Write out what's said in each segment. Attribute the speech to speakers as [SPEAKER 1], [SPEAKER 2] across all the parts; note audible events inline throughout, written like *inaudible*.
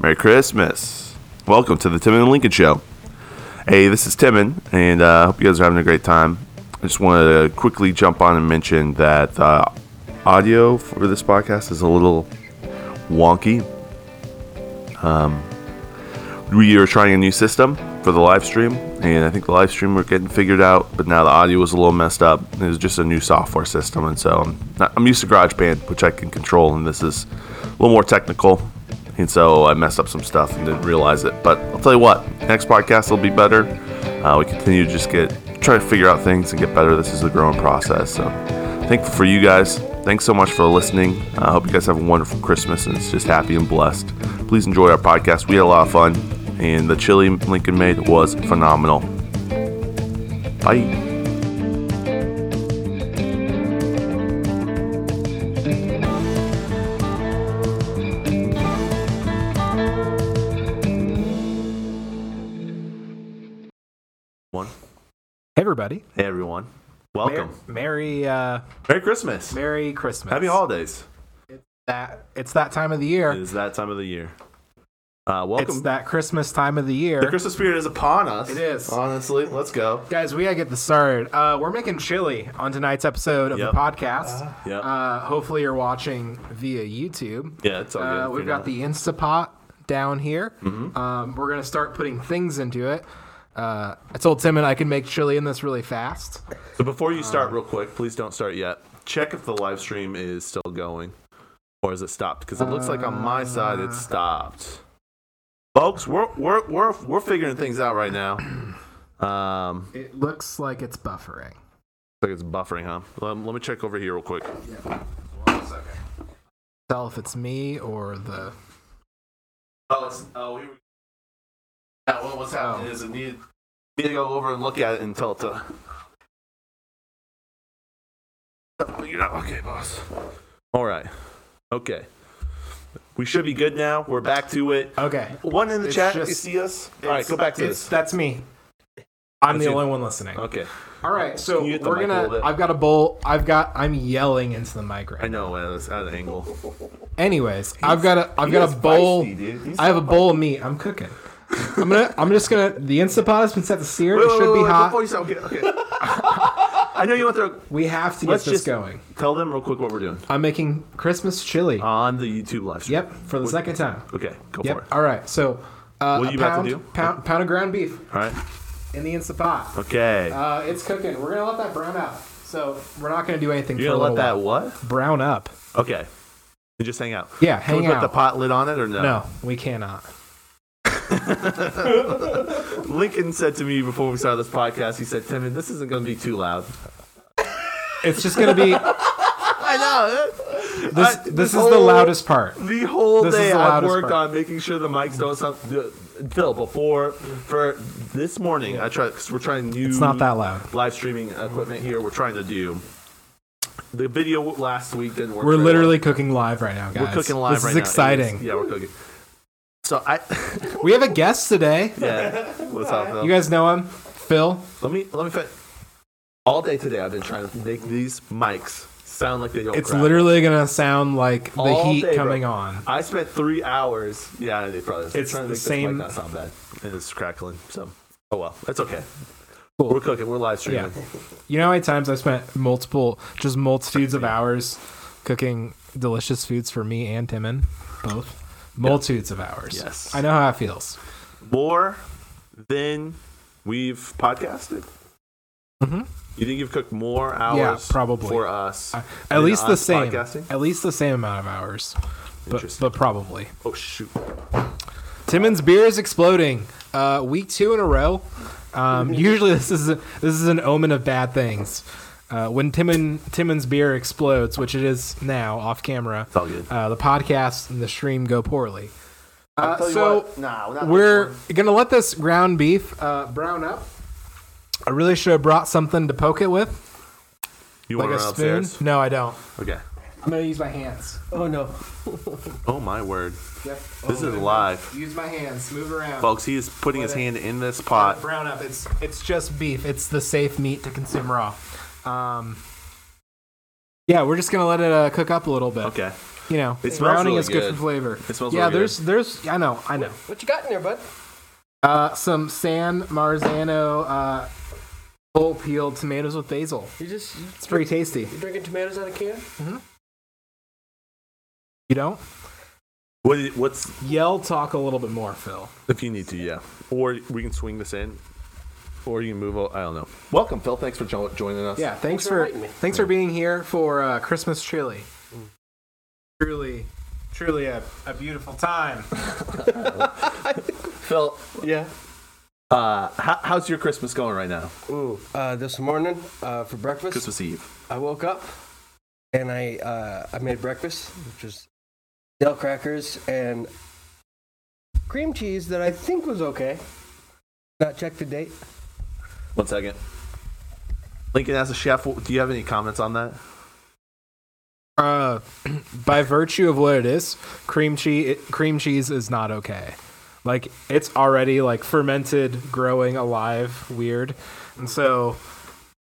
[SPEAKER 1] Merry Christmas. Welcome to the Tim and Lincoln Show. Hey, this is Timon, and uh, I hope you guys are having a great time. I just wanted to quickly jump on and mention that uh, audio for this podcast is a little wonky. Um, we are trying a new system for the live stream, and I think the live stream we're getting figured out, but now the audio was a little messed up. It was just a new software system, and so I'm, not, I'm used to GarageBand, which I can control, and this is a little more technical. And so I messed up some stuff and didn't realize it. But I'll tell you what, next podcast will be better. Uh, we continue to just get try to figure out things and get better. This is a growing process. So thankful for you guys. Thanks so much for listening. I hope you guys have a wonderful Christmas and it's just happy and blessed. Please enjoy our podcast. We had a lot of fun, and the chili Lincoln made was phenomenal. Bye. One.
[SPEAKER 2] Hey, everybody.
[SPEAKER 1] Hey, everyone.
[SPEAKER 2] Mer-
[SPEAKER 1] Welcome.
[SPEAKER 2] Merry, uh,
[SPEAKER 1] Merry Christmas.
[SPEAKER 2] Merry Christmas.
[SPEAKER 1] Happy holidays.
[SPEAKER 2] That, it's that time of the year.
[SPEAKER 1] It is that time of the year. Uh,
[SPEAKER 2] It's
[SPEAKER 1] welcome.
[SPEAKER 2] that Christmas time of the year.
[SPEAKER 1] the Christmas spirit is upon us.
[SPEAKER 2] It is.
[SPEAKER 1] Honestly, let's go.
[SPEAKER 2] Guys, we gotta get this started. Uh, we're making chili on tonight's episode of
[SPEAKER 1] Yep.
[SPEAKER 2] the podcast.
[SPEAKER 1] yep.
[SPEAKER 2] Uh, hopefully, you're watching via YouTube.
[SPEAKER 1] Oh, Yeah, it's all good.
[SPEAKER 2] Uh,
[SPEAKER 1] if
[SPEAKER 2] we've
[SPEAKER 1] you're not.
[SPEAKER 2] got
[SPEAKER 1] Mm-hmm.
[SPEAKER 2] the Instapot down here. Um, we're gonna start putting things into it. Uh, I told Tim and I can make chili in this really fast.
[SPEAKER 1] So before you start,
[SPEAKER 2] um,
[SPEAKER 1] real quick, please don't start yet. Check if the live stream is still going, or is it stopped? Because it looks like on my side
[SPEAKER 2] Uh,
[SPEAKER 1] it stopped. Folks, we're we're we're we're figuring things out right now. *clears throat* Um,
[SPEAKER 2] It looks like it's buffering.
[SPEAKER 1] looks like it's buffering, huh? Let, let me check over here real quick.
[SPEAKER 2] Tell if it's me or the
[SPEAKER 1] Oh, it's, oh, here we Yeah, what was happening
[SPEAKER 2] Oh.
[SPEAKER 1] is it needed need to go over and look at it and tell it to. Figure it out. Oh, Okay, boss. All right. Okay. We should be good now. We're back to it.
[SPEAKER 2] okay.
[SPEAKER 1] One in the
[SPEAKER 2] It's
[SPEAKER 1] chat.
[SPEAKER 2] just-
[SPEAKER 1] you see us? All right, go back to
[SPEAKER 2] It's-
[SPEAKER 1] this.
[SPEAKER 2] That's me. I'm
[SPEAKER 1] That's
[SPEAKER 2] the
[SPEAKER 1] you.
[SPEAKER 2] only one listening.
[SPEAKER 1] Okay.
[SPEAKER 2] All right, so
[SPEAKER 1] Can you hit the
[SPEAKER 2] we're
[SPEAKER 1] mic a little
[SPEAKER 2] gonna.
[SPEAKER 1] bit?
[SPEAKER 2] I've got a bowl. I've got. I'm yelling into the mic
[SPEAKER 1] I
[SPEAKER 2] right.
[SPEAKER 1] know, man. It's out of angle.
[SPEAKER 2] Anyways, I've got a. I've got
[SPEAKER 1] is
[SPEAKER 2] a bowl.
[SPEAKER 1] feisty, dude. He's
[SPEAKER 2] I have a bowl of meat. I'm cooking. I'm gonna. I'm just gonna. The Instapot has been set to sear. it should be hot.
[SPEAKER 1] Before you start, okay, okay. I know you want to
[SPEAKER 2] we have to get
[SPEAKER 1] Let's
[SPEAKER 2] this
[SPEAKER 1] just-
[SPEAKER 2] going.
[SPEAKER 1] tell them real quick what we're doing
[SPEAKER 2] I'm making Christmas chili.
[SPEAKER 1] on the YouTube live stream.
[SPEAKER 2] yep, for the second time.
[SPEAKER 1] Okay, go Uh, for
[SPEAKER 2] Yep.
[SPEAKER 1] it.
[SPEAKER 2] All right, so. Uh,
[SPEAKER 1] What
[SPEAKER 2] a
[SPEAKER 1] are you about to
[SPEAKER 2] pound,
[SPEAKER 1] do?
[SPEAKER 2] Pound, pound of ground beef
[SPEAKER 1] All right.
[SPEAKER 2] in the Instapot.
[SPEAKER 1] Okay.
[SPEAKER 2] Uh, it's cooking. We're gonna let that brown out. So we're not gonna do anything.
[SPEAKER 1] You're
[SPEAKER 2] for a
[SPEAKER 1] gonna let that
[SPEAKER 2] little
[SPEAKER 1] what?
[SPEAKER 2] while. brown up.
[SPEAKER 1] Okay. You just hang out.
[SPEAKER 2] Yeah,
[SPEAKER 1] Can
[SPEAKER 2] hang
[SPEAKER 1] we put
[SPEAKER 2] out.
[SPEAKER 1] the pot lid on it or no?
[SPEAKER 2] No, we cannot.
[SPEAKER 1] Lincoln said to me before we started this podcast, he said, Timon, this isn't gonna be too loud.
[SPEAKER 2] It's just
[SPEAKER 1] *laughs*
[SPEAKER 2] gonna be
[SPEAKER 1] I know.
[SPEAKER 2] this.
[SPEAKER 1] I-
[SPEAKER 2] this
[SPEAKER 1] this
[SPEAKER 2] is the
[SPEAKER 1] whole-
[SPEAKER 2] loudest part.
[SPEAKER 1] The whole
[SPEAKER 2] This is
[SPEAKER 1] day
[SPEAKER 2] the
[SPEAKER 1] I've
[SPEAKER 2] loudest
[SPEAKER 1] worked
[SPEAKER 2] part.
[SPEAKER 1] on making sure the mics don't sound the- Phil, before for this morning, I tried because we're trying new
[SPEAKER 2] It's not that loud.
[SPEAKER 1] live streaming equipment here. We're trying to do the video last week didn't work.
[SPEAKER 2] We're
[SPEAKER 1] very well.
[SPEAKER 2] literally cooking live right now, guys.
[SPEAKER 1] we're cooking live
[SPEAKER 2] This
[SPEAKER 1] right
[SPEAKER 2] is
[SPEAKER 1] now.
[SPEAKER 2] exciting.
[SPEAKER 1] Yeah, we're cooking. So I
[SPEAKER 2] We have a guest today.
[SPEAKER 1] *laughs* yeah. What's up, Phil?
[SPEAKER 2] You guys know him, Phil.
[SPEAKER 1] Let me let me fit. All day today, I've been trying to make these mics sound like they don't.
[SPEAKER 2] It's
[SPEAKER 1] crack.
[SPEAKER 2] literally gonna sound like the
[SPEAKER 1] All
[SPEAKER 2] heat
[SPEAKER 1] day, bro.
[SPEAKER 2] coming on.
[SPEAKER 1] I spent three hours. Yeah, they probably.
[SPEAKER 2] It's
[SPEAKER 1] trying to
[SPEAKER 2] the
[SPEAKER 1] make
[SPEAKER 2] same-
[SPEAKER 1] This mic not sound bad. And it's crackling. So, oh well, that's okay. We're cooking. We're live streaming.
[SPEAKER 2] Yeah. You know how many times I spent multiple, just multitudes of hours cooking delicious foods for me and Timon, both. Multitudes of hours.
[SPEAKER 1] Yes.
[SPEAKER 2] I know how it feels.
[SPEAKER 1] More than we've podcasted. You think you've cooked more hours?
[SPEAKER 2] Mm-hmm. probably.
[SPEAKER 1] for us.
[SPEAKER 2] At
[SPEAKER 1] than
[SPEAKER 2] least the
[SPEAKER 1] us
[SPEAKER 2] same.
[SPEAKER 1] Podcasting?
[SPEAKER 2] At least the same amount of hours. But,
[SPEAKER 1] Interesting.
[SPEAKER 2] but probably.
[SPEAKER 1] Oh shoot!
[SPEAKER 2] Timmons beer is exploding. Uh, week two in a row. Um,
[SPEAKER 1] *laughs*
[SPEAKER 2] usually this is a, this is an omen of bad things. Uh, when Timon Timmons beer explodes, which it is now off camera,
[SPEAKER 1] It's all good.
[SPEAKER 2] uh, the podcast and the stream go poorly. Uh,
[SPEAKER 1] Tell you
[SPEAKER 2] so
[SPEAKER 1] what, nah, not this
[SPEAKER 2] we're
[SPEAKER 1] one.
[SPEAKER 2] gonna let this ground beef uh, brown up. I really should have brought something to poke it with,
[SPEAKER 1] you
[SPEAKER 2] like
[SPEAKER 1] want
[SPEAKER 2] a
[SPEAKER 1] to run
[SPEAKER 2] spoon.
[SPEAKER 1] upstairs?
[SPEAKER 2] No, I don't.
[SPEAKER 1] Okay.
[SPEAKER 2] I'm gonna use my hands. Oh no.
[SPEAKER 1] Oh my word,
[SPEAKER 2] Yep. Oh,
[SPEAKER 1] This is live.
[SPEAKER 2] Use my hands. Move around.
[SPEAKER 1] folks! He is putting his
[SPEAKER 2] Let it-
[SPEAKER 1] hand in this pot.
[SPEAKER 2] brown up. It's it's just beef. It's the safe meat to consume raw. Um, yeah, we're just gonna let it uh, cook up a little bit.
[SPEAKER 1] Okay.
[SPEAKER 2] you know,
[SPEAKER 1] It smells
[SPEAKER 2] browning
[SPEAKER 1] really
[SPEAKER 2] is good.
[SPEAKER 1] good.
[SPEAKER 2] for flavor.
[SPEAKER 1] It smells
[SPEAKER 2] yeah,
[SPEAKER 1] really
[SPEAKER 2] there's there's I know, I know.
[SPEAKER 3] What you got in there, bud?
[SPEAKER 2] Uh, some San Marzano uh, whole peeled tomatoes with basil.
[SPEAKER 3] You just you,
[SPEAKER 2] It's pretty tasty.
[SPEAKER 3] you drinking tomatoes out of can?
[SPEAKER 2] You don't?
[SPEAKER 1] What, what's
[SPEAKER 2] Yell talk a little bit more, Phil.
[SPEAKER 1] if you need to? Yeah, or we can swing this in, or you can move. o- I don't know. Welcome, Phil. Thanks for jo- joining us.
[SPEAKER 2] Yeah, thanks
[SPEAKER 3] for
[SPEAKER 2] for
[SPEAKER 3] inviting me.
[SPEAKER 2] thanks for being here for uh, Christmas chili. Truly, truly a, a beautiful time.
[SPEAKER 1] Phil.
[SPEAKER 3] Yeah.
[SPEAKER 1] Uh, how, how's your Christmas going right now?
[SPEAKER 3] Ooh. Uh, this morning uh, for breakfast,
[SPEAKER 1] Christmas Eve.
[SPEAKER 3] I woke up and I uh, I made breakfast, which was Dale crackers and cream cheese that I think was okay. Not checked the date.
[SPEAKER 1] One second. Lincoln, as a chef, do you have any comments on that?
[SPEAKER 2] Uh, *clears throat* by virtue of what it is, cream cheese cream cheese is not okay. Like it's already like fermented, growing, alive, weird, and so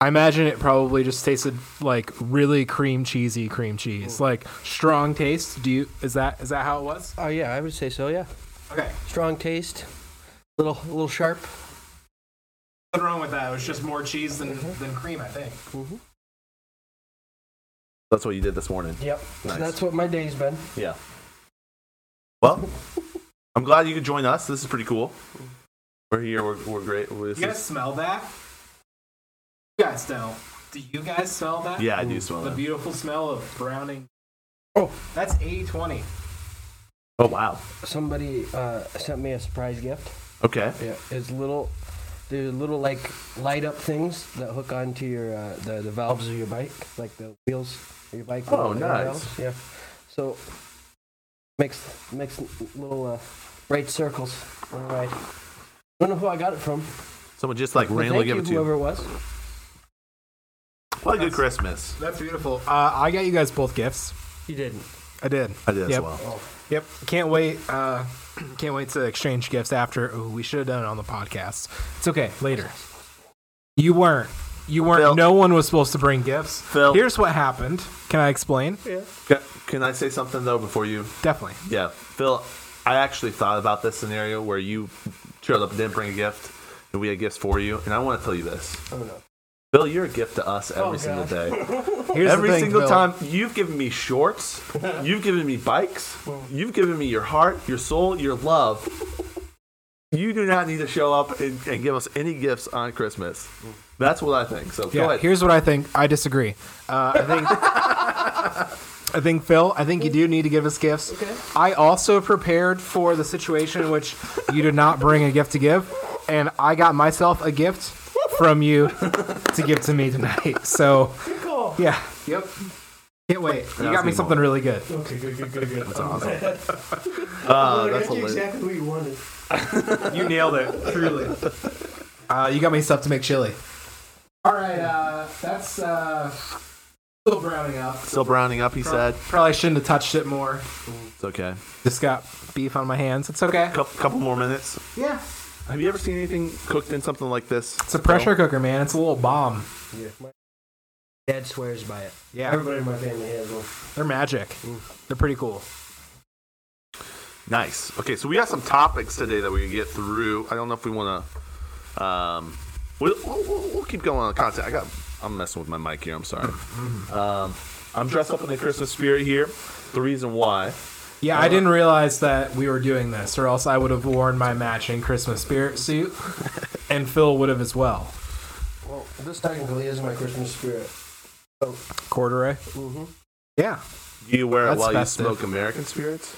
[SPEAKER 2] I imagine it probably just tasted like really cream cheesy cream cheese, like strong taste. Do you is that is that how it was?
[SPEAKER 3] Oh yeah, I would say so. Yeah,
[SPEAKER 2] Okay,
[SPEAKER 3] strong taste, little little sharp.
[SPEAKER 2] nothing wrong with that. It was just more cheese than than cream, I think.
[SPEAKER 3] Mm-hmm.
[SPEAKER 1] That's what you did this morning.
[SPEAKER 3] Yep,
[SPEAKER 1] Nice.
[SPEAKER 3] that's what my day's been.
[SPEAKER 1] Yeah. Well, I'm glad you could join us. This is pretty cool. We're here. We're, we're great. This
[SPEAKER 2] You
[SPEAKER 1] is-
[SPEAKER 2] guys smell that? You guys don't. Do you guys smell that?
[SPEAKER 1] Yeah, I do smell
[SPEAKER 2] The
[SPEAKER 1] that.
[SPEAKER 2] beautiful smell of browning.
[SPEAKER 3] Oh.
[SPEAKER 2] That's 80-20.
[SPEAKER 1] Oh wow.
[SPEAKER 3] Somebody uh, sent me a surprise gift.
[SPEAKER 1] Okay.
[SPEAKER 3] Yeah, it's little, they're little like light up things that hook onto your uh, the, the valves of your bike, like the wheels of your bike.
[SPEAKER 1] Oh,
[SPEAKER 3] the air
[SPEAKER 1] nice.
[SPEAKER 3] valves, Yeah, so makes makes little uh, bright circles on the ride. Don't know who I got it from.
[SPEAKER 1] Someone just like
[SPEAKER 3] but
[SPEAKER 1] randomly
[SPEAKER 3] thank
[SPEAKER 1] gave
[SPEAKER 3] you,
[SPEAKER 1] it to
[SPEAKER 3] whoever
[SPEAKER 1] you.
[SPEAKER 3] it was.
[SPEAKER 1] What a good Christmas.
[SPEAKER 2] That's beautiful. Uh, I got you guys both gifts.
[SPEAKER 3] You didn't.
[SPEAKER 2] I did.
[SPEAKER 1] I did
[SPEAKER 2] Yep.
[SPEAKER 1] as well.
[SPEAKER 2] Yep. Can't wait. Uh, *clears throat* can't wait to exchange gifts after. Ooh, we should have done it on the podcast. It's okay. Later. You weren't. You weren't.
[SPEAKER 1] Phil.
[SPEAKER 2] No one was supposed to bring gifts.
[SPEAKER 1] Phil.
[SPEAKER 2] Here's what happened. Can I explain?
[SPEAKER 1] Ca- Can I say something though before you?
[SPEAKER 2] Definitely.
[SPEAKER 1] Yeah, Phil. I actually thought about this scenario where you showed up and didn't bring a gift, and we had gifts for you. And I want to tell you this,
[SPEAKER 3] Oh no. Oh,
[SPEAKER 1] Phil. You're a gift to us every single
[SPEAKER 3] God. *laughs*
[SPEAKER 1] day.
[SPEAKER 2] Here's the
[SPEAKER 1] Every
[SPEAKER 2] thing,
[SPEAKER 1] single
[SPEAKER 2] Phil.
[SPEAKER 1] time you've given me shorts, you've given me bikes, you've given me your heart, your soul, your love. You do not need to show up and, and give us any gifts on Christmas. That's what I think. So go
[SPEAKER 2] Yeah,
[SPEAKER 1] ahead.
[SPEAKER 2] here's what I think. I disagree. Uh, I think. I think *laughs* Phil. I think you do need to give us gifts.
[SPEAKER 3] Okay.
[SPEAKER 2] I also prepared for the situation in which you did not bring a gift to give, and I got myself a gift from you to give to me tonight. *laughs* So, yeah. Yep. Can't wait. You got me
[SPEAKER 1] That's
[SPEAKER 2] something really good.
[SPEAKER 3] Okay, good, good, good, good. That's awesome.
[SPEAKER 1] Uh,
[SPEAKER 3] Oh,
[SPEAKER 1] that's hilarious.
[SPEAKER 3] what you wanted.
[SPEAKER 2] You nailed it. Truly. Uh, you got me stuff to make chili. All right. Uh, that's uh, still browning up.
[SPEAKER 1] Still browning up, he said.
[SPEAKER 2] Probably shouldn't have touched it more.
[SPEAKER 1] It's okay.
[SPEAKER 2] Just got beef on my hands. It's okay.
[SPEAKER 1] Couple, couple more minutes.
[SPEAKER 2] Yeah.
[SPEAKER 1] Have you ever seen anything cooked in something like this?
[SPEAKER 2] It's a pressure cooker, man. It's a little bomb.
[SPEAKER 3] Yeah. My dad swears by it.
[SPEAKER 2] Yeah.
[SPEAKER 3] Everybody in my family has one.
[SPEAKER 2] They're magic. They're pretty cool.
[SPEAKER 1] Nice. Okay, so we got some topics today that we can get through. I don't know if we want to. Um, we'll, we'll, we'll- we'll keep going on the content. I got. I'm messing with my mic here. I'm sorry. Um, I'm dressed up in the Christmas spirit here. The reason why.
[SPEAKER 2] Yeah, I didn't realize that we were doing this, or else I would have worn my matching Christmas spirit *laughs* suit, and Phil would have as well.
[SPEAKER 3] Well, this technically is my Christmas spirit.
[SPEAKER 2] Corduroy.
[SPEAKER 3] Mm-hmm.
[SPEAKER 2] Yeah.
[SPEAKER 1] Do you wear it
[SPEAKER 2] That's
[SPEAKER 1] while
[SPEAKER 2] festive.
[SPEAKER 1] you smoke American spirits?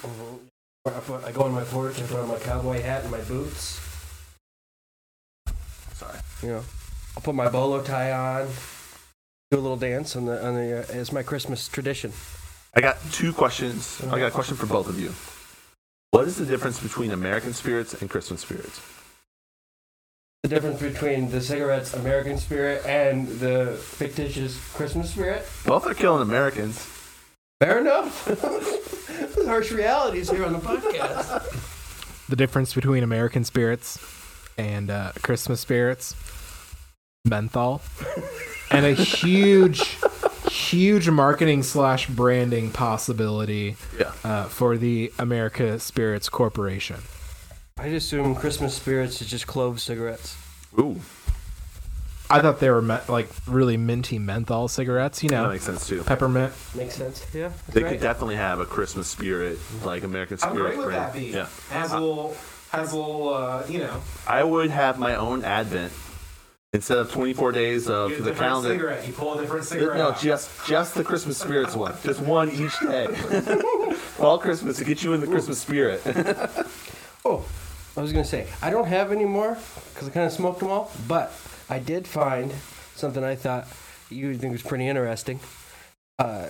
[SPEAKER 3] Where I, put, I go on my porch and put on my cowboy hat and my boots.
[SPEAKER 1] Sorry.
[SPEAKER 3] You know, I put my bolo tie on, do a little dance on the on the. Uh, it's my Christmas tradition.
[SPEAKER 1] I got two questions. I got a question for both of you. What is the difference between American spirits and Christmas spirits?
[SPEAKER 3] The difference between the cigarette's American spirit and the fictitious Christmas spirit.
[SPEAKER 1] Both are killing Americans.
[SPEAKER 3] Fair enough. *laughs* Harsh realities here on the podcast.
[SPEAKER 2] The difference between American spirits and uh, Christmas spirits menthol, and a huge, huge marketing slash branding possibility
[SPEAKER 1] Yeah.
[SPEAKER 2] uh, for the America Spirits Corporation.
[SPEAKER 3] I just assume Christmas spirits is just clove cigarettes.
[SPEAKER 1] Ooh,
[SPEAKER 2] I thought they were me- like really minty menthol cigarettes, you
[SPEAKER 1] that
[SPEAKER 2] know,
[SPEAKER 1] makes sense too.
[SPEAKER 2] peppermint.
[SPEAKER 3] Makes sense. Yeah. that's
[SPEAKER 1] They
[SPEAKER 3] right.
[SPEAKER 1] could definitely have a Christmas spirit, like American spirit. brand. Yeah.
[SPEAKER 2] Has a little, has a little, uh, you know,
[SPEAKER 1] I would have my own Advent instead of 24 days of uh, the calendar.
[SPEAKER 2] cigarette. You pull a different
[SPEAKER 1] No, just just the Christmas spirits one. Just one each day. All Christmas to get you in the Christmas spirit.
[SPEAKER 3] Oh, I was gonna say I don't have any more because I kind of smoked them all. But I did find something I thought you would think was pretty interesting. Uh,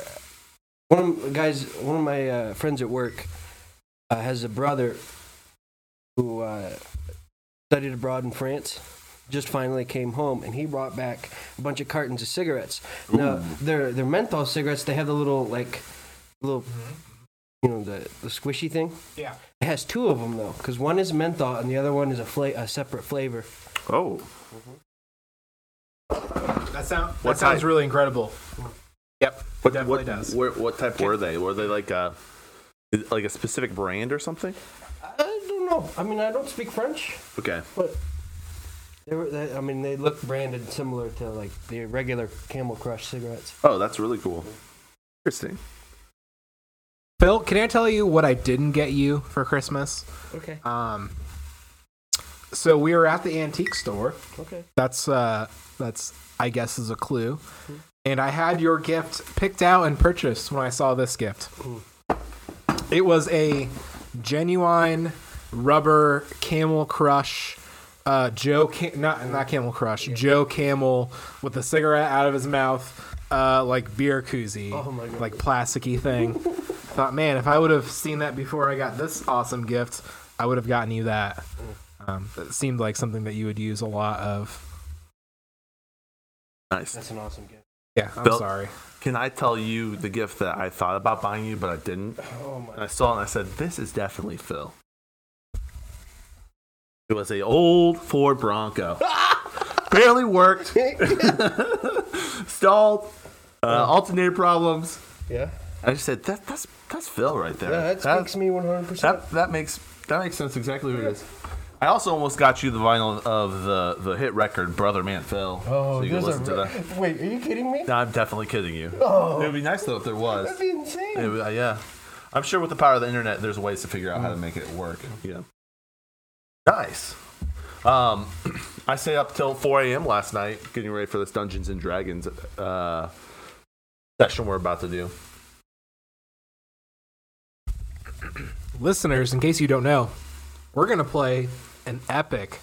[SPEAKER 3] one of m- guys, one of my uh, friends at work, uh, has a brother who uh, studied abroad in France. Just finally came home, and he brought back a bunch of cartons of cigarettes. Now they're they're menthol cigarettes. They have the little like little you know the the squishy thing.
[SPEAKER 2] yeah.
[SPEAKER 3] It has two of them though, because one is menthol and the other one is a fla- a separate flavor.
[SPEAKER 1] *laughs* Oh,
[SPEAKER 2] That sound
[SPEAKER 1] What
[SPEAKER 2] that sounds
[SPEAKER 1] type?
[SPEAKER 2] really incredible. Yep.
[SPEAKER 1] what
[SPEAKER 2] Definitely
[SPEAKER 1] what,
[SPEAKER 2] does.
[SPEAKER 1] Where, what type were they? Were they like a is it like a specific brand or something?
[SPEAKER 3] I don't know. I mean, I don't speak French,
[SPEAKER 1] Okay.
[SPEAKER 3] but they were. They, I mean, they look branded similar to like the regular Camel Crush cigarettes.
[SPEAKER 1] Oh, that's really cool. Interesting.
[SPEAKER 2] Phil, can I tell you what I didn't get you for Christmas?
[SPEAKER 3] Okay.
[SPEAKER 2] Um, so we were at the antique store.
[SPEAKER 3] Okay.
[SPEAKER 2] That's uh, that's I guess is a clue. And I had your gift picked out and purchased when I saw this gift.
[SPEAKER 3] Hmm.
[SPEAKER 2] It was a genuine rubber Camel Crush. Uh, Joe, Cam- not not Camel Crush. Joe Camel with a cigarette out of his mouth, uh, like beer koozie,
[SPEAKER 3] Oh my God.
[SPEAKER 2] like plasticky thing. Thought, man, if I would have seen that before I got this awesome gift, I would have gotten you that.
[SPEAKER 3] Hmm.
[SPEAKER 2] Um, it seemed like something that you would use a lot of.
[SPEAKER 1] Nice.
[SPEAKER 3] That's an awesome gift.
[SPEAKER 2] Yeah, I'm
[SPEAKER 1] Bill-
[SPEAKER 2] sorry.
[SPEAKER 1] Can I tell you the gift that I thought about buying you, but I didn't?
[SPEAKER 3] Oh my.
[SPEAKER 1] And I saw it and I said, this is definitely Phil. It was a old Ford
[SPEAKER 3] *laughs*
[SPEAKER 1] Bronco. Barely worked. Stalled. Uh, alternator problems.
[SPEAKER 3] Yeah.
[SPEAKER 1] I just said that that's that's Phil right there.
[SPEAKER 3] Yeah, that
[SPEAKER 1] That-
[SPEAKER 3] speaks me 100. percent
[SPEAKER 1] that that makes that makes sense exactly who it is. I also almost got you the vinyl of the the hit record Brother Man Phil.
[SPEAKER 3] Oh,
[SPEAKER 1] so you can listen to that.
[SPEAKER 3] Wait, are you kidding me?
[SPEAKER 1] No, I'm definitely kidding you. It would be nice though if there was.
[SPEAKER 3] Oh. That'd be insane.
[SPEAKER 1] It would- uh, yeah, I'm sure with the power of the internet, there's ways to figure out how to make it work. Yeah. Nice. Um, *clears throat* I stayed up till 4 a.m. last night getting ready for this Dungeons and Dragons uh, session we're about to do.
[SPEAKER 2] Listeners, in case you don't know, we're gonna play an epic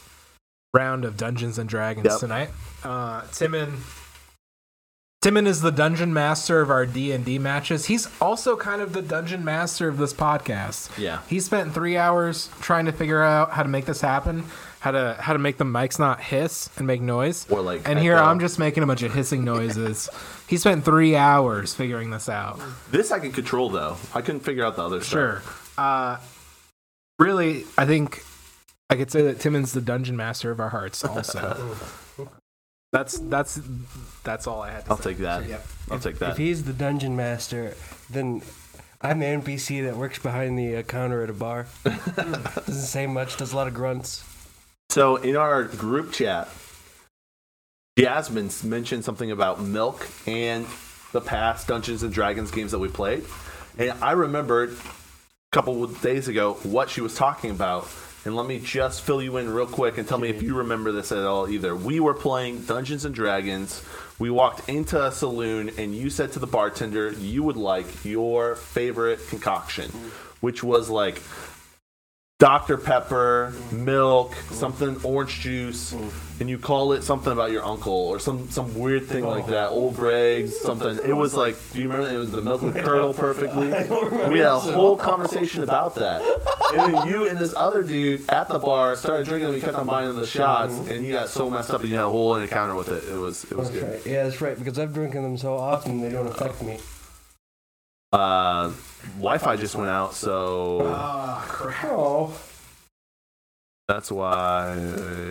[SPEAKER 2] round of Dungeons and Dragons
[SPEAKER 1] Yep.
[SPEAKER 2] tonight. Uh, Timon, Timon is the dungeon master of our D and D matches. He's also kind of the dungeon master of this podcast.
[SPEAKER 1] Yeah.
[SPEAKER 2] he spent three hours trying to figure out how to make this happen, how to how to make the mics not hiss and make noise.
[SPEAKER 1] Or, like,
[SPEAKER 2] and here
[SPEAKER 1] echo.
[SPEAKER 2] I'm just making a bunch of
[SPEAKER 1] *laughs*
[SPEAKER 2] hissing noises. he spent three hours figuring this out.
[SPEAKER 1] This I can control though. I couldn't figure out the other stuff.
[SPEAKER 2] Sure. Uh, really, I think I could say that Timon's the dungeon master of our hearts. Also, that's that's that's all I had to
[SPEAKER 1] I'll
[SPEAKER 2] say.
[SPEAKER 1] take that.
[SPEAKER 2] Yep.
[SPEAKER 1] I'll take
[SPEAKER 3] If
[SPEAKER 1] that.
[SPEAKER 3] he's the dungeon master, then I'm the NPC that works behind the uh, counter at a bar.
[SPEAKER 1] *laughs*
[SPEAKER 3] Doesn't say much. Does a lot of grunts.
[SPEAKER 1] So in our group chat, Jasmine s- mentioned something about milk and the past Dungeons and Dragons games that we played, and I remembered a couple of days ago what she was talking about. And let me just fill you in real quick and tell me if you remember this at all either. We were playing Dungeons and Dragons. We walked into a saloon and you said to the bartender you would like your favorite concoction, which was like Dr. Pepper, milk, something orange juice, and you call it something about your uncle or some, some weird thing like that. Old Greg's, something. It was like, do you remember? It was the milk would curdle perfectly. We had a whole conversation about that. And then you and this other dude at the bar started drinking. We kept on buying the shots, and you got so messed up, and you had a whole encounter with it. It was it was
[SPEAKER 3] That's
[SPEAKER 1] good.
[SPEAKER 3] right. Yeah, that's right. Because I've drinking them so often, they don't affect me.
[SPEAKER 1] Uh, Wi-Fi just went Ah, out, so
[SPEAKER 2] Oh, crap.
[SPEAKER 3] Oh,
[SPEAKER 1] that's why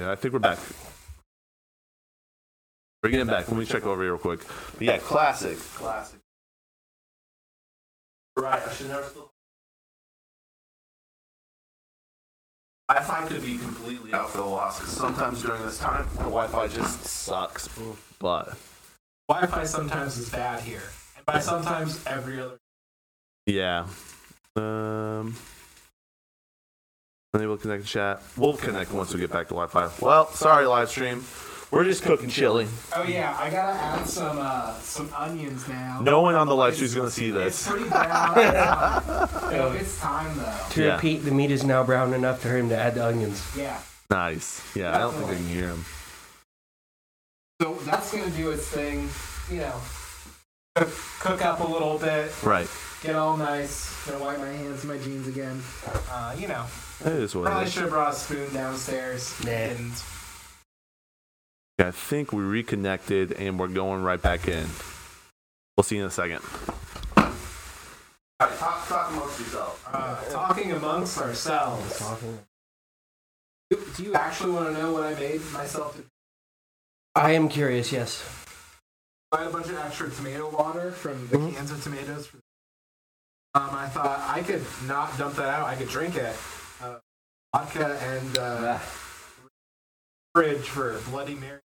[SPEAKER 1] I think we're back. Bringing it back. Let me check over here real quick. But yeah, classic. Classic. Right. I should never. spill- Wi-Fi could be completely out for the loss. 'cause sometimes during this time, the Wi-Fi just sucks. But
[SPEAKER 2] Wi-Fi sometimes is bad here, and by sometimes every other.
[SPEAKER 1] yeah. Um. Unable to connect to chat. We'll connect once we get back to Wi-Fi. Well, sorry, live stream. We're just cooking chili.
[SPEAKER 2] Oh yeah, I gotta add some uh, some onions now.
[SPEAKER 1] No one on the live stream is gonna see this. *laughs*
[SPEAKER 2] pretty brown. no, it's time though.
[SPEAKER 3] To
[SPEAKER 1] Yeah.
[SPEAKER 3] repeat, the meat is now brown enough for him to add the onions.
[SPEAKER 2] Yeah.
[SPEAKER 1] Nice. Yeah, I don't think I can hear him.
[SPEAKER 2] So that's gonna do its thing. You know, cook, cook up a little bit,
[SPEAKER 1] Right.
[SPEAKER 2] get all nice. Gonna wipe my hands and my jeans again. Uh, you know,
[SPEAKER 1] That is what it
[SPEAKER 2] probably
[SPEAKER 1] is.
[SPEAKER 2] should have brought a spoon downstairs.
[SPEAKER 3] Nah.
[SPEAKER 2] And
[SPEAKER 1] I think we reconnected and we're going right back in. We'll see you in a second. All right, talk, talk amongst yourself.
[SPEAKER 2] uh, talking amongst ourselves. Do do you actually want to know what I made myself? To-
[SPEAKER 3] I am curious, yes.
[SPEAKER 2] I had a bunch of extra tomato water from the cans of tomatoes. Um, I thought I could not dump that out. I could drink it. Uh, vodka and uh, fridge for Bloody Mary.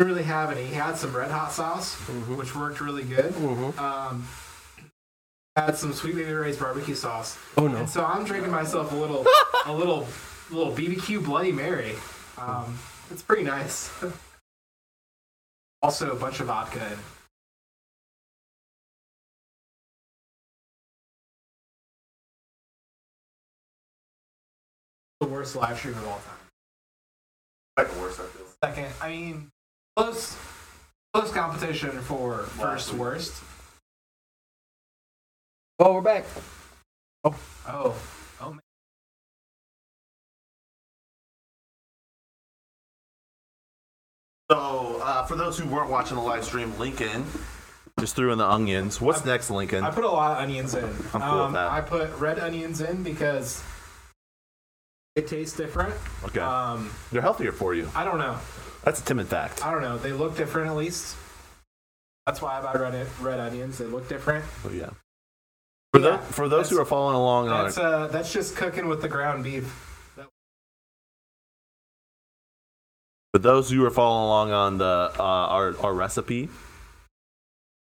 [SPEAKER 2] Didn't really have any. He had some red hot sauce, which worked really good. Um, had some sweet baby Ray's barbecue sauce.
[SPEAKER 3] Oh no.
[SPEAKER 2] And so I'm drinking myself a little, a little, little BBQ Bloody Mary. Um, it's pretty nice. also, a bunch of vodka. in. The worst live stream of all time.
[SPEAKER 1] Second worst, I feel.
[SPEAKER 2] Second, I mean, close, close competition for first worst.
[SPEAKER 3] Oh, we're back.
[SPEAKER 2] Oh, oh man.
[SPEAKER 1] So, uh, for those who weren't watching the live stream, Lincoln just threw in the onions. What's next, Lincoln?
[SPEAKER 2] I put a lot of onions in.
[SPEAKER 1] I'm cool with
[SPEAKER 2] um,
[SPEAKER 1] that.
[SPEAKER 2] I put red onions in because it tastes different.
[SPEAKER 1] okay.
[SPEAKER 2] Um,
[SPEAKER 1] They're healthier for you.
[SPEAKER 2] I don't know.
[SPEAKER 1] That's a timid fact.
[SPEAKER 2] I don't know. They look different at least. That's why I buy red on- red onions. They look different.
[SPEAKER 1] Oh, yeah. For,
[SPEAKER 2] Yeah,
[SPEAKER 1] tho- for those who are
[SPEAKER 2] that's-
[SPEAKER 1] following along on
[SPEAKER 2] That's uh, that's just cooking with the ground beef.
[SPEAKER 1] For those who are following along on the uh, our our recipe,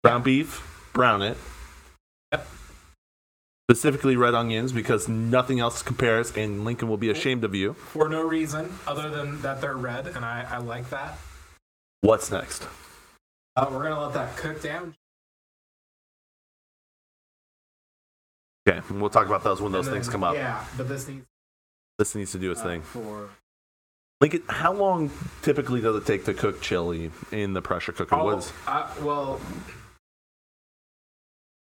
[SPEAKER 1] brown beef, brown it.
[SPEAKER 2] Yep.
[SPEAKER 1] Specifically red onions because nothing else compares, and Lincoln will be ashamed of you.
[SPEAKER 2] For no reason other than that they're red, and I, I like that.
[SPEAKER 1] What's next?
[SPEAKER 2] Uh, we're gonna let that cook down.
[SPEAKER 1] Okay, we'll talk about those when those
[SPEAKER 2] And
[SPEAKER 1] things
[SPEAKER 2] then-
[SPEAKER 1] come up.
[SPEAKER 2] Yeah, Uh, but this needs
[SPEAKER 1] This needs to do its thing.
[SPEAKER 2] for
[SPEAKER 1] Lincoln, how long typically does it take to cook chili in the pressure cooker?
[SPEAKER 2] Oh,
[SPEAKER 1] What's
[SPEAKER 2] uh, well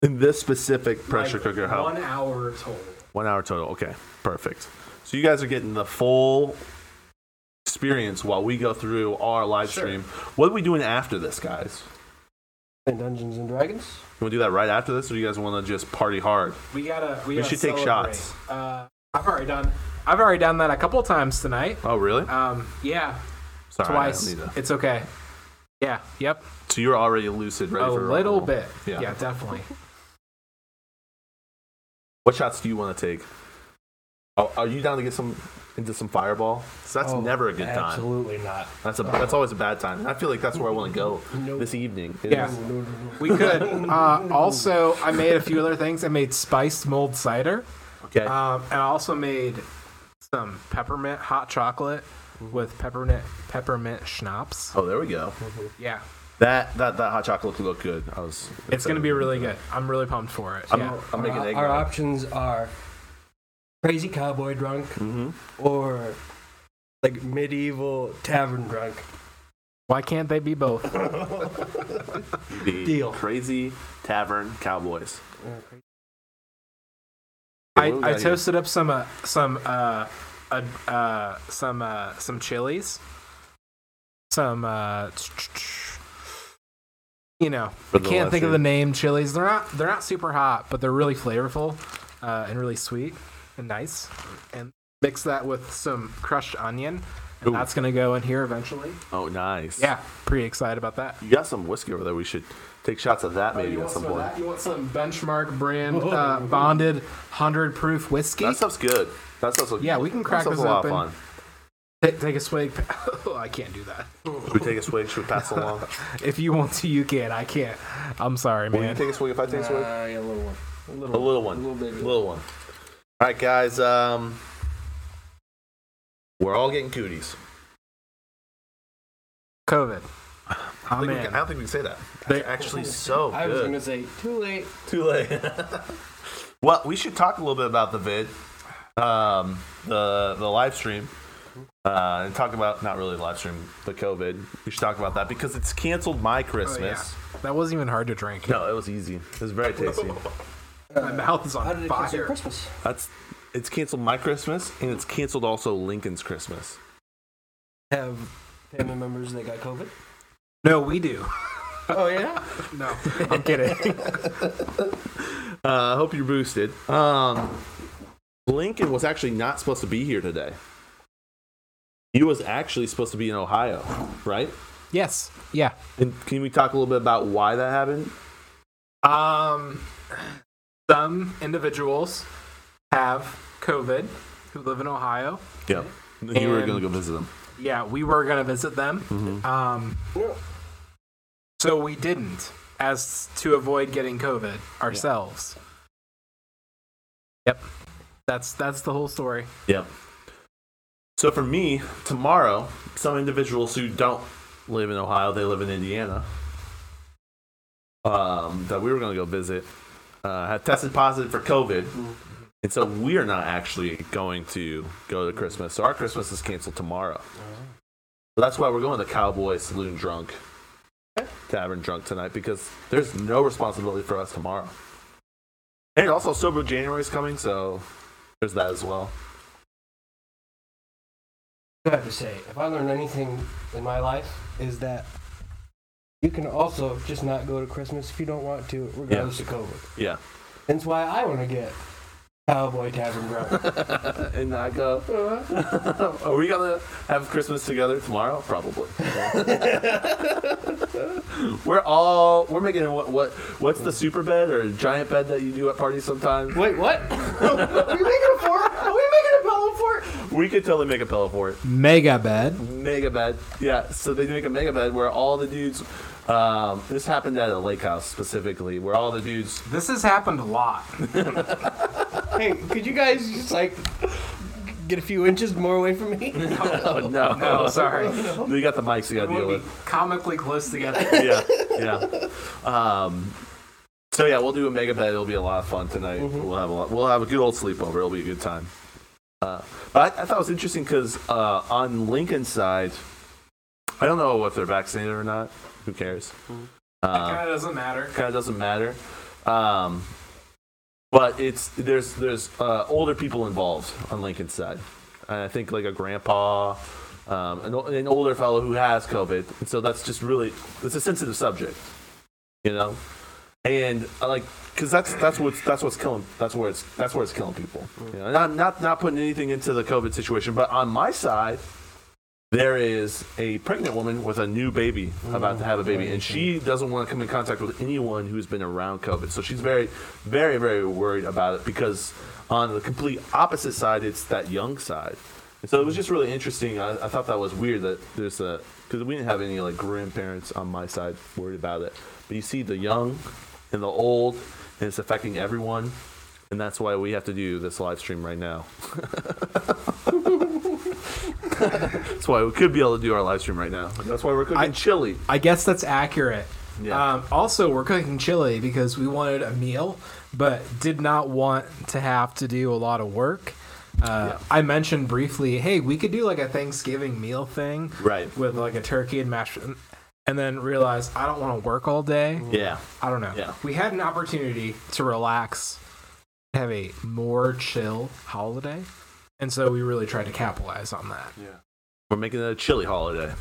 [SPEAKER 1] in this specific pressure
[SPEAKER 2] like
[SPEAKER 1] cooker? How
[SPEAKER 2] one hour total.
[SPEAKER 1] One hour total. Okay, perfect. So you guys are getting the full experience while we go through our live
[SPEAKER 2] Sure.
[SPEAKER 1] stream. What are we doing after this, guys?
[SPEAKER 3] And Dungeons and Dragons.
[SPEAKER 1] You want to do that right after this, or you guys want to just party hard?
[SPEAKER 2] We gotta.
[SPEAKER 1] We
[SPEAKER 2] We, gotta
[SPEAKER 1] should take
[SPEAKER 2] celebrate.
[SPEAKER 1] shots.
[SPEAKER 2] Uh, I've already done. I've already done that a couple times tonight.
[SPEAKER 1] Oh, really?
[SPEAKER 2] Um, yeah,
[SPEAKER 1] Sorry, I
[SPEAKER 2] twice.
[SPEAKER 1] don't need to-
[SPEAKER 2] It's okay. Yeah. Yep.
[SPEAKER 1] So you're already lucid, ready
[SPEAKER 2] a
[SPEAKER 1] for rock and
[SPEAKER 2] little
[SPEAKER 1] roll.
[SPEAKER 2] bit.
[SPEAKER 1] Yeah.
[SPEAKER 2] Yeah.
[SPEAKER 1] *laughs*
[SPEAKER 2] definitely.
[SPEAKER 1] What shots do you want to take? Oh, are you down to get some into some fireball? 'Cause that's
[SPEAKER 3] Oh,
[SPEAKER 1] never a good time.
[SPEAKER 3] Absolutely not.
[SPEAKER 1] That's a that's always a bad time. And I feel like that's where I want to go
[SPEAKER 3] Nope.
[SPEAKER 1] this evening.
[SPEAKER 2] Yeah.
[SPEAKER 1] Is-
[SPEAKER 2] We could. Uh, also, I made a few other things. I made spiced mulled cider.
[SPEAKER 1] Okay.
[SPEAKER 2] Um, and I also made some peppermint hot chocolate with peppermint peppermint schnapps.
[SPEAKER 1] oh, there we go.
[SPEAKER 2] Yeah.
[SPEAKER 1] That that that hot chocolate could look good. I was.
[SPEAKER 2] It's gonna be really good. I'm really pumped for it.
[SPEAKER 1] I'm,
[SPEAKER 2] yeah.
[SPEAKER 1] I'm making
[SPEAKER 3] Uh, our,
[SPEAKER 1] egg.
[SPEAKER 3] our
[SPEAKER 1] roll.
[SPEAKER 3] options are crazy cowboy drunk
[SPEAKER 1] Mhm.
[SPEAKER 3] or like medieval tavern drunk.
[SPEAKER 2] Why can't they be both?
[SPEAKER 1] The
[SPEAKER 3] Deal.
[SPEAKER 1] Crazy Tavern Cowboys. Okay,
[SPEAKER 2] I,
[SPEAKER 1] what we
[SPEAKER 2] I
[SPEAKER 1] got here?
[SPEAKER 2] toasted up some uh, some uh, uh, uh, some uh, some chilies, some uh, you know I
[SPEAKER 1] For the
[SPEAKER 2] can't think of the
[SPEAKER 1] lesser.
[SPEAKER 2] name chilies. They're not they're not super hot, but they're really flavorful uh, and really sweet and nice. And mix that with some crushed onion
[SPEAKER 1] Ooh.
[SPEAKER 2] That's gonna go in here eventually.
[SPEAKER 1] Oh, nice.
[SPEAKER 2] Yeah, pretty excited about that.
[SPEAKER 1] You got some whiskey over there. We should take shots of
[SPEAKER 3] Oh,
[SPEAKER 1] that maybe at Oh, some point. That?
[SPEAKER 2] You want some benchmark brand *laughs* uh, bonded hundred proof whiskey?
[SPEAKER 1] stuff's good. That stuff's
[SPEAKER 2] Yeah, we can
[SPEAKER 1] that
[SPEAKER 2] crack
[SPEAKER 1] stuff's
[SPEAKER 2] this
[SPEAKER 1] a lot
[SPEAKER 2] open.
[SPEAKER 1] of fun.
[SPEAKER 2] Ta- Take a swig. *laughs* Oh, I can't do that.
[SPEAKER 1] Should we take a swig? Should we pass it
[SPEAKER 2] *laughs*
[SPEAKER 1] along?
[SPEAKER 2] If you want to, you can. I can't. I'm sorry,
[SPEAKER 1] Will you
[SPEAKER 2] man.
[SPEAKER 1] take a swig if I take a swig?
[SPEAKER 3] Uh, yeah, a little one. A
[SPEAKER 1] A
[SPEAKER 3] little,
[SPEAKER 1] little one.
[SPEAKER 3] little baby.
[SPEAKER 1] Little one. All right, guys. Um, we're all getting cooties.
[SPEAKER 2] COVID. Oh,
[SPEAKER 1] I,
[SPEAKER 2] I'm
[SPEAKER 1] think we
[SPEAKER 2] in.
[SPEAKER 1] can- I don't think we can say that.
[SPEAKER 2] They-
[SPEAKER 1] They're actually so
[SPEAKER 3] I was
[SPEAKER 1] good.
[SPEAKER 3] gonna say too late.
[SPEAKER 1] Too late. *laughs* well, we should talk a little bit about the vid, um, the the live stream, uh, and talk about not really the live stream, the COVID. We should talk about that because it's canceled my
[SPEAKER 2] Oh,
[SPEAKER 1] Christmas.
[SPEAKER 2] yeah. That wasn't even hard to drink.
[SPEAKER 1] No, it was easy. It was very tasty.
[SPEAKER 2] My mouth is
[SPEAKER 3] How
[SPEAKER 2] on
[SPEAKER 3] did it cancel
[SPEAKER 2] fire.
[SPEAKER 3] Christmas?
[SPEAKER 1] That's it's canceled my Christmas and it's canceled also Lincoln's Christmas.
[SPEAKER 3] Have family members that got COVID?
[SPEAKER 2] No, we do.
[SPEAKER 3] Oh yeah.
[SPEAKER 2] *laughs* No, I'm
[SPEAKER 1] *laughs*
[SPEAKER 2] kidding.
[SPEAKER 1] Uh, I hope you're boosted. Um, Lincoln was actually not supposed to be here today. He was actually supposed to be in Ohio, right?
[SPEAKER 2] yes. Yeah.
[SPEAKER 1] And can we talk a little bit about why that happened?
[SPEAKER 2] Um, some individuals have COVID who live in Ohio.
[SPEAKER 1] Yeah. You were
[SPEAKER 2] And-
[SPEAKER 1] going to go visit them.
[SPEAKER 2] Yeah, we were gonna visit them.
[SPEAKER 1] Mm-hmm.
[SPEAKER 2] Um,
[SPEAKER 3] No.
[SPEAKER 2] so we didn't, as to avoid getting COVID ourselves. Yep. That's that's the whole story.
[SPEAKER 1] Yeah. So for me, tomorrow, some individuals who don't live in Ohio, they live in Indiana, um, that we were going to go visit, uh, have tested positive for COVID. And so we are not actually going to go to Christmas. So our Christmas is canceled tomorrow. So that's why we're going to the Cowboy Saloon Drunk Tavern Drunk tonight because there's no responsibility for us tomorrow. And also, Sober January is coming, so there's that as well.
[SPEAKER 3] I have to say, if I learned anything in my life, is that you can also just not go to Christmas if you don't want to, regardless of COVID.
[SPEAKER 1] Yeah.
[SPEAKER 3] That's why I want to get Cowboy Tavern Brown.
[SPEAKER 1] and I go, uh, *laughs* are we gonna have Christmas together tomorrow? *laughs* Probably. we're all we're making what what what's the super bed or giant bed that you do at parties sometimes?
[SPEAKER 3] Wait, what? *laughs* Are we making a fort? Are we making a pillow fort?
[SPEAKER 1] We could totally make a pillow for it.
[SPEAKER 2] Mega bed.
[SPEAKER 1] Mega bed, yeah. So they make a mega bed where all the dudes. Um, this happened at a lake house specifically, where all the dudes.
[SPEAKER 2] This has happened a lot.
[SPEAKER 3] Hey, could you guys just like get a few inches more away from me?
[SPEAKER 1] *laughs* Oh no, *laughs*
[SPEAKER 2] No, sorry.
[SPEAKER 1] We got the mics you got to deal
[SPEAKER 2] We'll
[SPEAKER 1] with. Uh.
[SPEAKER 2] be comically close together.
[SPEAKER 1] yeah, yeah. Um, so yeah, we'll do a mega bed. It'll be a lot of fun tonight. We'll have a lot. We'll have a good old sleepover. It'll be a good time. Uh, but I, I thought it was interesting because uh, on Lincoln's side, I don't know if they're vaccinated or not. Who cares? Uh,
[SPEAKER 2] Kinda doesn't matter.
[SPEAKER 1] kind of doesn't matter. Um, but it's there's there's uh, older people involved on Lincoln's side. And I think like a grandpa, um, an, o- an older fellow who has COVID, and so that's just really it's a sensitive subject, you know. And uh, like, cause that's that's what's that's what's killing that's where it's that's where it's killing people. You know? Not not not putting anything into the COVID situation, but on my side, there is a pregnant woman with a new baby about to have a baby, and she doesn't want to come in contact with anyone who's been around COVID. So she's very, very, very worried about it because on the complete opposite side, it's that young side. And so it was just really interesting. I, I thought that was weird that there's a because we didn't have any like grandparents on my side worried about it, but you see the young and the old, and it's affecting everyone, and that's why we have to do this live stream right now. That's why we could be able to do our live stream right now. That's why we're cooking
[SPEAKER 2] I-
[SPEAKER 1] chili.
[SPEAKER 2] I guess that's accurate.
[SPEAKER 1] Yeah.
[SPEAKER 2] Um, also, we're cooking chili because we wanted a meal, but did not want to have to do a lot of work. Uh,
[SPEAKER 1] Yeah.
[SPEAKER 2] I mentioned briefly, hey, we could do like a Thanksgiving meal thing,
[SPEAKER 1] Right.
[SPEAKER 2] With like a turkey and mashed, and then realized I don't want to work all day.
[SPEAKER 1] Yeah.
[SPEAKER 2] I don't know.
[SPEAKER 1] Yeah.
[SPEAKER 2] We had an opportunity to relax, have a more chill holiday, and so we really tried to capitalize on that.
[SPEAKER 1] We're making it a chili holiday.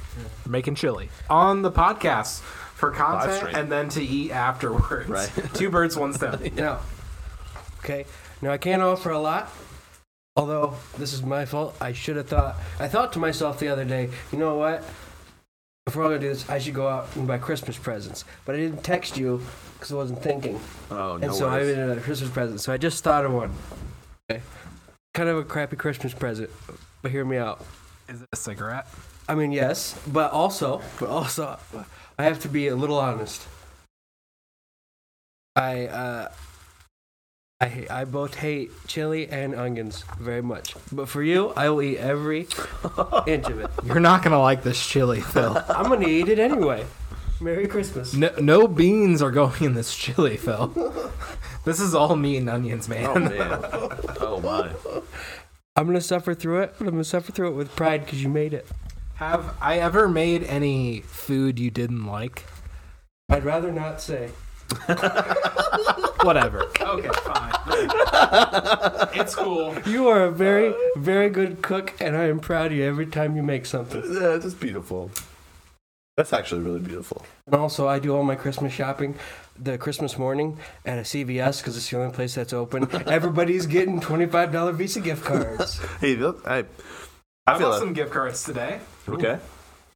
[SPEAKER 2] making chili on the podcast for content
[SPEAKER 1] stream.
[SPEAKER 2] and then to eat afterwards. *laughs*
[SPEAKER 1] Right. *laughs*
[SPEAKER 2] Two birds, one stone.
[SPEAKER 3] No. Okay. Now I can't offer a lot, Although this is my fault, I should have thought. I thought to myself the other day, you know what? If we're all gonna do this, I should go out and buy Christmas presents. But I didn't text you because I wasn't thinking,
[SPEAKER 1] Oh,
[SPEAKER 3] and so I didn't have a Christmas present. So I just thought of one. Okay, kind of a crappy Christmas present, but hear me out.
[SPEAKER 2] Is it a cigarette?
[SPEAKER 3] I mean, yes, but also, but also, I have to be a little honest. I uh, I ha- I both hate chili and onions very much, but for you, I will eat every inch of it.
[SPEAKER 2] You're not gonna like this
[SPEAKER 1] *laughs*
[SPEAKER 2] chili, Phil.
[SPEAKER 3] I'm gonna eat it anyway. Merry Christmas.
[SPEAKER 2] No, no beans are going in this chili, Phil. *laughs* This is all meat and onions,
[SPEAKER 1] Oh,
[SPEAKER 2] man.
[SPEAKER 1] man. oh, my.
[SPEAKER 3] I'm gonna suffer through it. and I'm gonna suffer through it with pride because you made it.
[SPEAKER 2] Have I ever made any food you didn't like?
[SPEAKER 3] I'd rather not say.
[SPEAKER 1] *laughs*
[SPEAKER 2] Whatever. Okay, fine. It's cool.
[SPEAKER 3] You are a very, very good cook, and I am proud of you every time you make something.
[SPEAKER 1] Yeah, it's just beautiful. That's actually really beautiful.
[SPEAKER 3] And also, I do all my Christmas shopping the Christmas morning at a CVS because it's the only place that's open. Everybody's getting $25 Visa gift cards.
[SPEAKER 1] Hey, look, I, I feel that.
[SPEAKER 2] gift cards today.
[SPEAKER 1] Okay.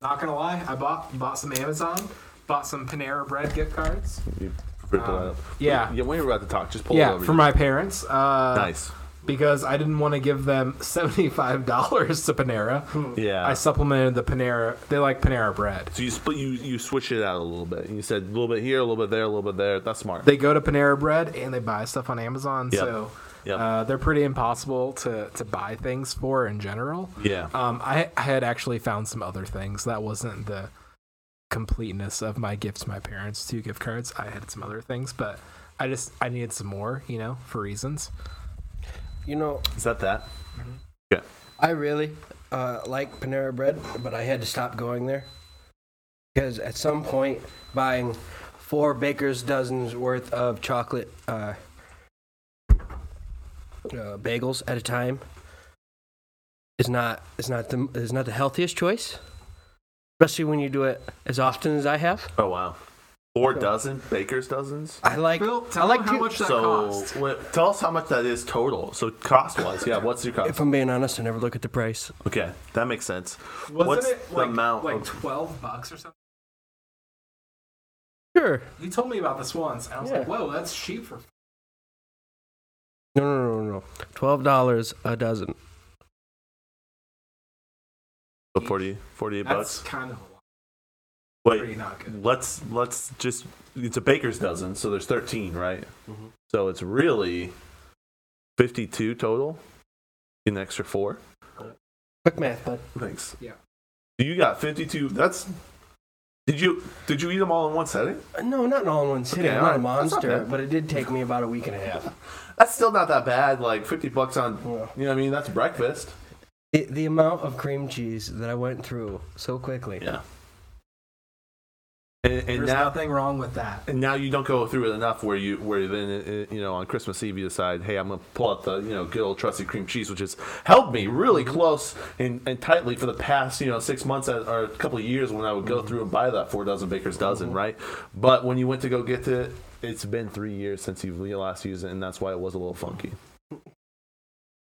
[SPEAKER 2] Not gonna lie, I bought bought some Amazon, bought some Panera Bread gift cards.
[SPEAKER 1] You ripped it up.
[SPEAKER 2] Um, yeah.
[SPEAKER 1] Yeah, when you were about to talk, just pull it
[SPEAKER 2] Yeah,
[SPEAKER 1] over.
[SPEAKER 2] for
[SPEAKER 1] you.
[SPEAKER 2] my parents. Uh,
[SPEAKER 1] Nice.
[SPEAKER 2] Because I didn't want to give them *laughs* seventy five dollars to Panera.
[SPEAKER 1] Yeah.
[SPEAKER 2] I supplemented the Panera. They like Panera Bread.
[SPEAKER 1] So you split, you you switch it out a little bit. You said a little bit here, a little bit there, a little bit there. That's smart.
[SPEAKER 2] They go to Panera Bread and they buy stuff on Amazon.
[SPEAKER 1] Yep.
[SPEAKER 2] So.
[SPEAKER 1] Yep.
[SPEAKER 2] Uh, they're pretty impossible to, to buy things for in general.
[SPEAKER 1] yeah.
[SPEAKER 2] Um, I, I had actually found some other things. That wasn't the completeness of my gifts to my parents, two gift cards. I had some other things, but I just I needed some more, you know, for reasons.
[SPEAKER 3] you know,
[SPEAKER 1] Is that that?
[SPEAKER 2] Mm-hmm.
[SPEAKER 1] Yeah.
[SPEAKER 3] I really uh, like Panera Bread, but I had to stop going there because at some point, buying four baker's dozens worth of chocolate uh, uh, bagels at a time is not is not the is not the healthiest choice, especially when you do it as often as I have.
[SPEAKER 1] Oh wow. Four dozen baker's dozens.
[SPEAKER 3] I like I like to,
[SPEAKER 1] So what, tell us how much that is total. So cost wise, yeah. What's your cost?
[SPEAKER 3] If I'm being honest, I never look at the price.
[SPEAKER 1] Okay, that makes sense. what's the amount? of,
[SPEAKER 2] twelve bucks or something?
[SPEAKER 3] Sure.
[SPEAKER 2] You told me about this once, and I was
[SPEAKER 3] Yeah.
[SPEAKER 2] like, "Whoa, that's cheap for."
[SPEAKER 3] No, no, no, no, no. Twelve dollars a dozen.
[SPEAKER 1] so 40, 48
[SPEAKER 2] That's
[SPEAKER 1] bucks.
[SPEAKER 2] kind of pretty
[SPEAKER 1] Wait,
[SPEAKER 2] not good.
[SPEAKER 1] let's let's just. It's a baker's dozen, so there's thirteen, right?
[SPEAKER 2] Mm-hmm.
[SPEAKER 3] Mhm.
[SPEAKER 1] So it's really fifty-two total. An extra four.
[SPEAKER 3] Quick math, bud.
[SPEAKER 1] Thanks.
[SPEAKER 2] Yeah.
[SPEAKER 1] You got fifty-two. That's. Did you did you eat them all in one setting?
[SPEAKER 3] No, not an all in one sitting.
[SPEAKER 1] Okay,
[SPEAKER 3] I'm not a
[SPEAKER 1] alright, that's not
[SPEAKER 3] monster,
[SPEAKER 1] bad.
[SPEAKER 3] but it did take me about a week and a
[SPEAKER 1] *laughs*
[SPEAKER 3] half.
[SPEAKER 1] That's still not that bad. Like fifty bucks on. You
[SPEAKER 3] Yeah.
[SPEAKER 1] know what I mean? That's breakfast.
[SPEAKER 3] It, the amount of cream cheese that I went through so quickly.
[SPEAKER 1] Yeah. And, and
[SPEAKER 2] There's
[SPEAKER 1] now,
[SPEAKER 2] nothing wrong with that.
[SPEAKER 1] and now you don't go through it enough where you where then uh, you know on Christmas Eve you decide, hey, I'm gonna pull out the you know good old trusty cream cheese, which has held me really close and, and tightly for the past you know six months uh, or a couple of years when I would go through and buy that four dozen baker's dozen, right? But when you went to go get it, it's been three years since you've last used it, and that's why it was a little funky. *laughs*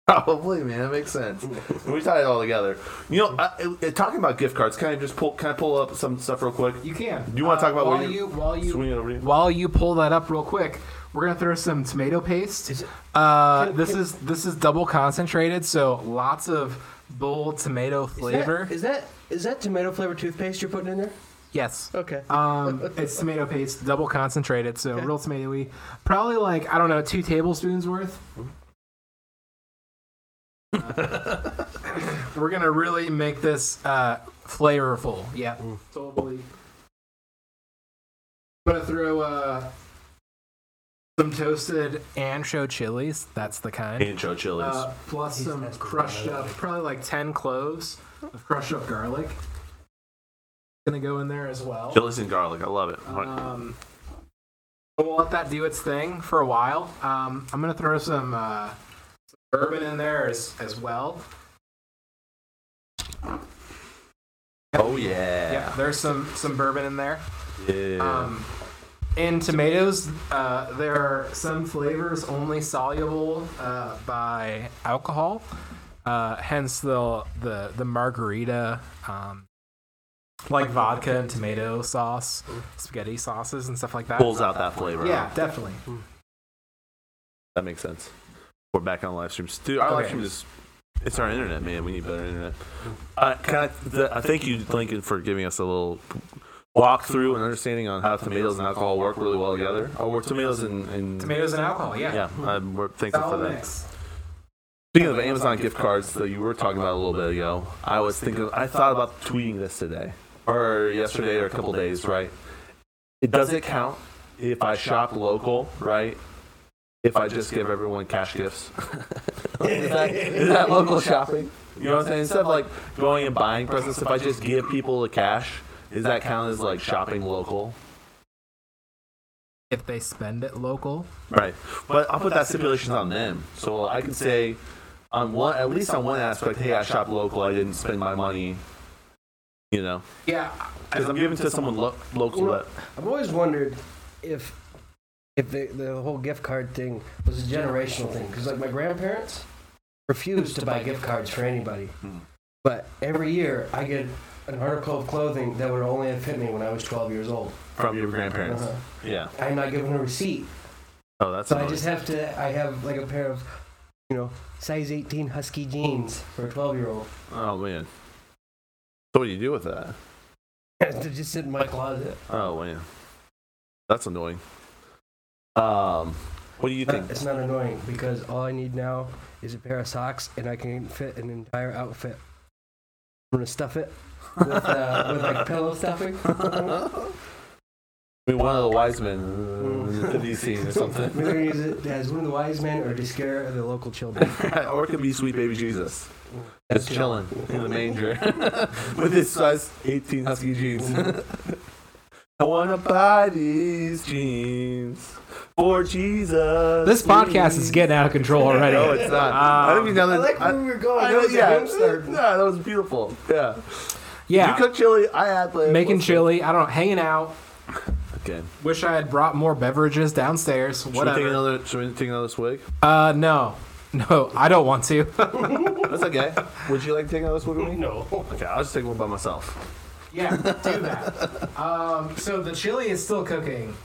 [SPEAKER 1] Probably, man. That makes sense. we tie it all together. You know, I, I, talking about gift cards, can I just pull? Can I pull up some stuff real quick?
[SPEAKER 2] You can.
[SPEAKER 1] Do you want to talk about
[SPEAKER 2] while
[SPEAKER 1] what
[SPEAKER 2] you while you
[SPEAKER 1] swing it over? You?
[SPEAKER 2] while you pull that up real quick, we're gonna throw some tomato paste.
[SPEAKER 3] Is it-
[SPEAKER 2] uh, this is this is double concentrated, so lots of bold tomato flavor.
[SPEAKER 3] Is that is that tomato flavored toothpaste you're putting in there?
[SPEAKER 2] yes.
[SPEAKER 3] Okay.
[SPEAKER 2] *laughs* Um, it's tomato paste, double concentrated, so real tomatoey. Probably like I don't know, two tablespoons worth. Uh, we're gonna really make this uh, flavorful. Yeah, totally. I'm gonna throw uh, some toasted ancho chilies. That's the kind.
[SPEAKER 1] Ancho chilies.
[SPEAKER 2] Uh, plus some crushed up, probably like ten cloves of crushed up garlic. Gonna go in there as well.
[SPEAKER 1] chilies and garlic. I love it.
[SPEAKER 2] Um, we'll let that do its thing for a while. Um, I'm gonna throw some, uh, some bourbon in there as, as well.
[SPEAKER 1] oh yeah. Oh,
[SPEAKER 2] there's some some bourbon in there.
[SPEAKER 1] Yeah.
[SPEAKER 2] Um, In tomatoes, uh, there are some flavors only soluble uh, by alcohol, uh, hence the the the margarita, um, like vodka and tomato sauce, spaghetti sauces and stuff like that.
[SPEAKER 1] Pulls out Mm-hmm. that flavor.
[SPEAKER 2] Yeah, definitely.
[SPEAKER 1] That makes sense. We're back on live streams. Dude, our live
[SPEAKER 2] Okay.
[SPEAKER 1] stream is. It's our internet, man. We need better internet. Uh, can I, the, I thank you, Lincoln, for giving us a little walkthrough and understanding on how tomatoes and alcohol work really well together. Oh, we're tomatoes and. and
[SPEAKER 2] Tomatoes and alcohol. Yeah.
[SPEAKER 1] yeah, I'm, we're thankful for
[SPEAKER 2] Solid
[SPEAKER 1] that.
[SPEAKER 2] mix.
[SPEAKER 1] Speaking of Amazon gift cards that you were talking about a little bit ago, I was thinking, I thought about tweeting this today or yesterday or a couple days, right? It doesn't count if I shop local, right? If I just give everyone cash gifts. *laughs* is, that, is that local shopping? You know what I'm saying? Instead of like going and buying presents, if I just give people the cash, is that count as like shopping local?
[SPEAKER 2] If they spend it local,
[SPEAKER 1] Right. But I'll put that stipulation on them. So I can say on one at least on one aspect, hey, I shop local, I didn't spend my money, you know,
[SPEAKER 2] yeah,
[SPEAKER 1] because I'm giving to someone lo- local
[SPEAKER 3] You know,
[SPEAKER 1] that
[SPEAKER 3] I've always wondered if if the, the whole gift card thing was a generational thing because like my grandparents refused to buy gift cards for anybody,
[SPEAKER 1] Hmm.
[SPEAKER 3] but every year I get an article of clothing that would only have fit me when I was 12 years old.
[SPEAKER 1] from your grandparents.
[SPEAKER 3] Uh-huh.
[SPEAKER 1] Yeah.
[SPEAKER 3] I'm not given a receipt,
[SPEAKER 1] Oh, that's
[SPEAKER 3] so I
[SPEAKER 1] annoying.
[SPEAKER 3] just have to. I have like a pair of you know size 18 husky jeans for a 12 year old.
[SPEAKER 1] oh man. So what do you do with that?
[SPEAKER 3] *laughs* They just sit in my closet.
[SPEAKER 1] Oh man, that's annoying. Um, what do you think?
[SPEAKER 3] It's not annoying because all I need now is a pair of socks and I can fit an entire outfit. I'm gonna stuff it with, *laughs* uh, with like pillow
[SPEAKER 1] *laughs*
[SPEAKER 3] *laughs* stuffing. Mm.
[SPEAKER 1] I mean, one of the wise men uh, in DC or something,
[SPEAKER 3] We're gonna use it as one of the wise men or to scare the local children.
[SPEAKER 1] *laughs* or it could be sweet baby Jesus.
[SPEAKER 3] That's
[SPEAKER 1] Just chilling in the manger *laughs* with his size 18 husky jeans. *laughs* I wanna buy these jeans for Jesus.
[SPEAKER 2] this podcast is Ah. getting out of control
[SPEAKER 1] *laughs*
[SPEAKER 2] already. Uh,
[SPEAKER 1] No, it's not. I think we now
[SPEAKER 3] *laughs* I
[SPEAKER 1] that.
[SPEAKER 3] like
[SPEAKER 1] I-
[SPEAKER 3] where we were going.
[SPEAKER 1] I
[SPEAKER 3] That
[SPEAKER 1] know-
[SPEAKER 3] was a
[SPEAKER 1] yeah, *laughs*
[SPEAKER 3] *laughs* hipster.
[SPEAKER 1] yeah, that was beautiful. Yeah.
[SPEAKER 2] yeah,
[SPEAKER 1] You cook chili, I had like
[SPEAKER 2] making chili. I don't know, hanging out.
[SPEAKER 1] Okay.
[SPEAKER 2] Wish I had brought more beverages downstairs.
[SPEAKER 1] Should we, take
[SPEAKER 2] Whatever.
[SPEAKER 1] another, should we take another *laughs* swig?
[SPEAKER 2] Uh, no, *laughs* no, I don't want to. *laughs*
[SPEAKER 1] That's okay. Would you like to take another swig with me?
[SPEAKER 3] No.
[SPEAKER 1] Okay, I'll just take one by myself.
[SPEAKER 2] Yeah, do that. um, so the chili is still cooking.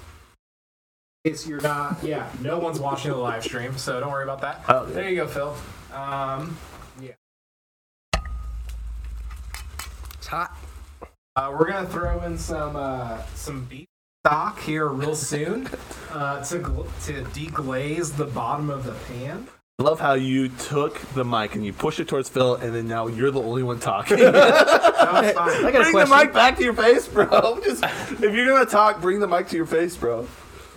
[SPEAKER 2] It's you're not. Yeah, no one's watching the live stream, so don't worry about that.
[SPEAKER 1] Oh, yeah.
[SPEAKER 2] There you go, Phil. Um,
[SPEAKER 3] It's hot.
[SPEAKER 2] uh, we're gonna throw in some uh, some beef stock here real soon uh, to gl- to deglaze the bottom of the pan.
[SPEAKER 1] I love how you took the mic and you pushed it towards Phil, and then now you're the only one talking.
[SPEAKER 2] That was fine.
[SPEAKER 1] bring the mic back to your face, bro. *laughs* Just if you're gonna talk, bring the mic to your face, bro.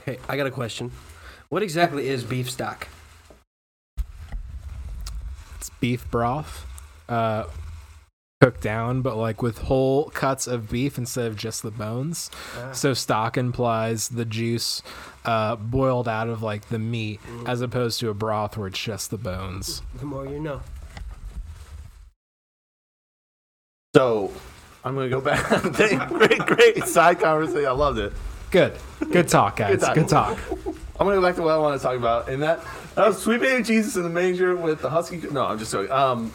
[SPEAKER 3] Hey, I got a question. What exactly is beef stock?
[SPEAKER 2] it's beef broth uh cooked down but like with whole cuts of beef instead of just the bones so stock implies the juice uh boiled out of like the meat as opposed to a broth where it's just the bones
[SPEAKER 3] The more you know.
[SPEAKER 1] So I'm gonna go back. *laughs* Thank- great, great side conversation. I loved it.
[SPEAKER 2] good good talk guys good
[SPEAKER 1] talk.
[SPEAKER 2] talk,
[SPEAKER 1] I'm gonna go back to what I want to talk about, and that that was Sweet Baby Jesus in the manger with the husky. No, I'm just joking. Um,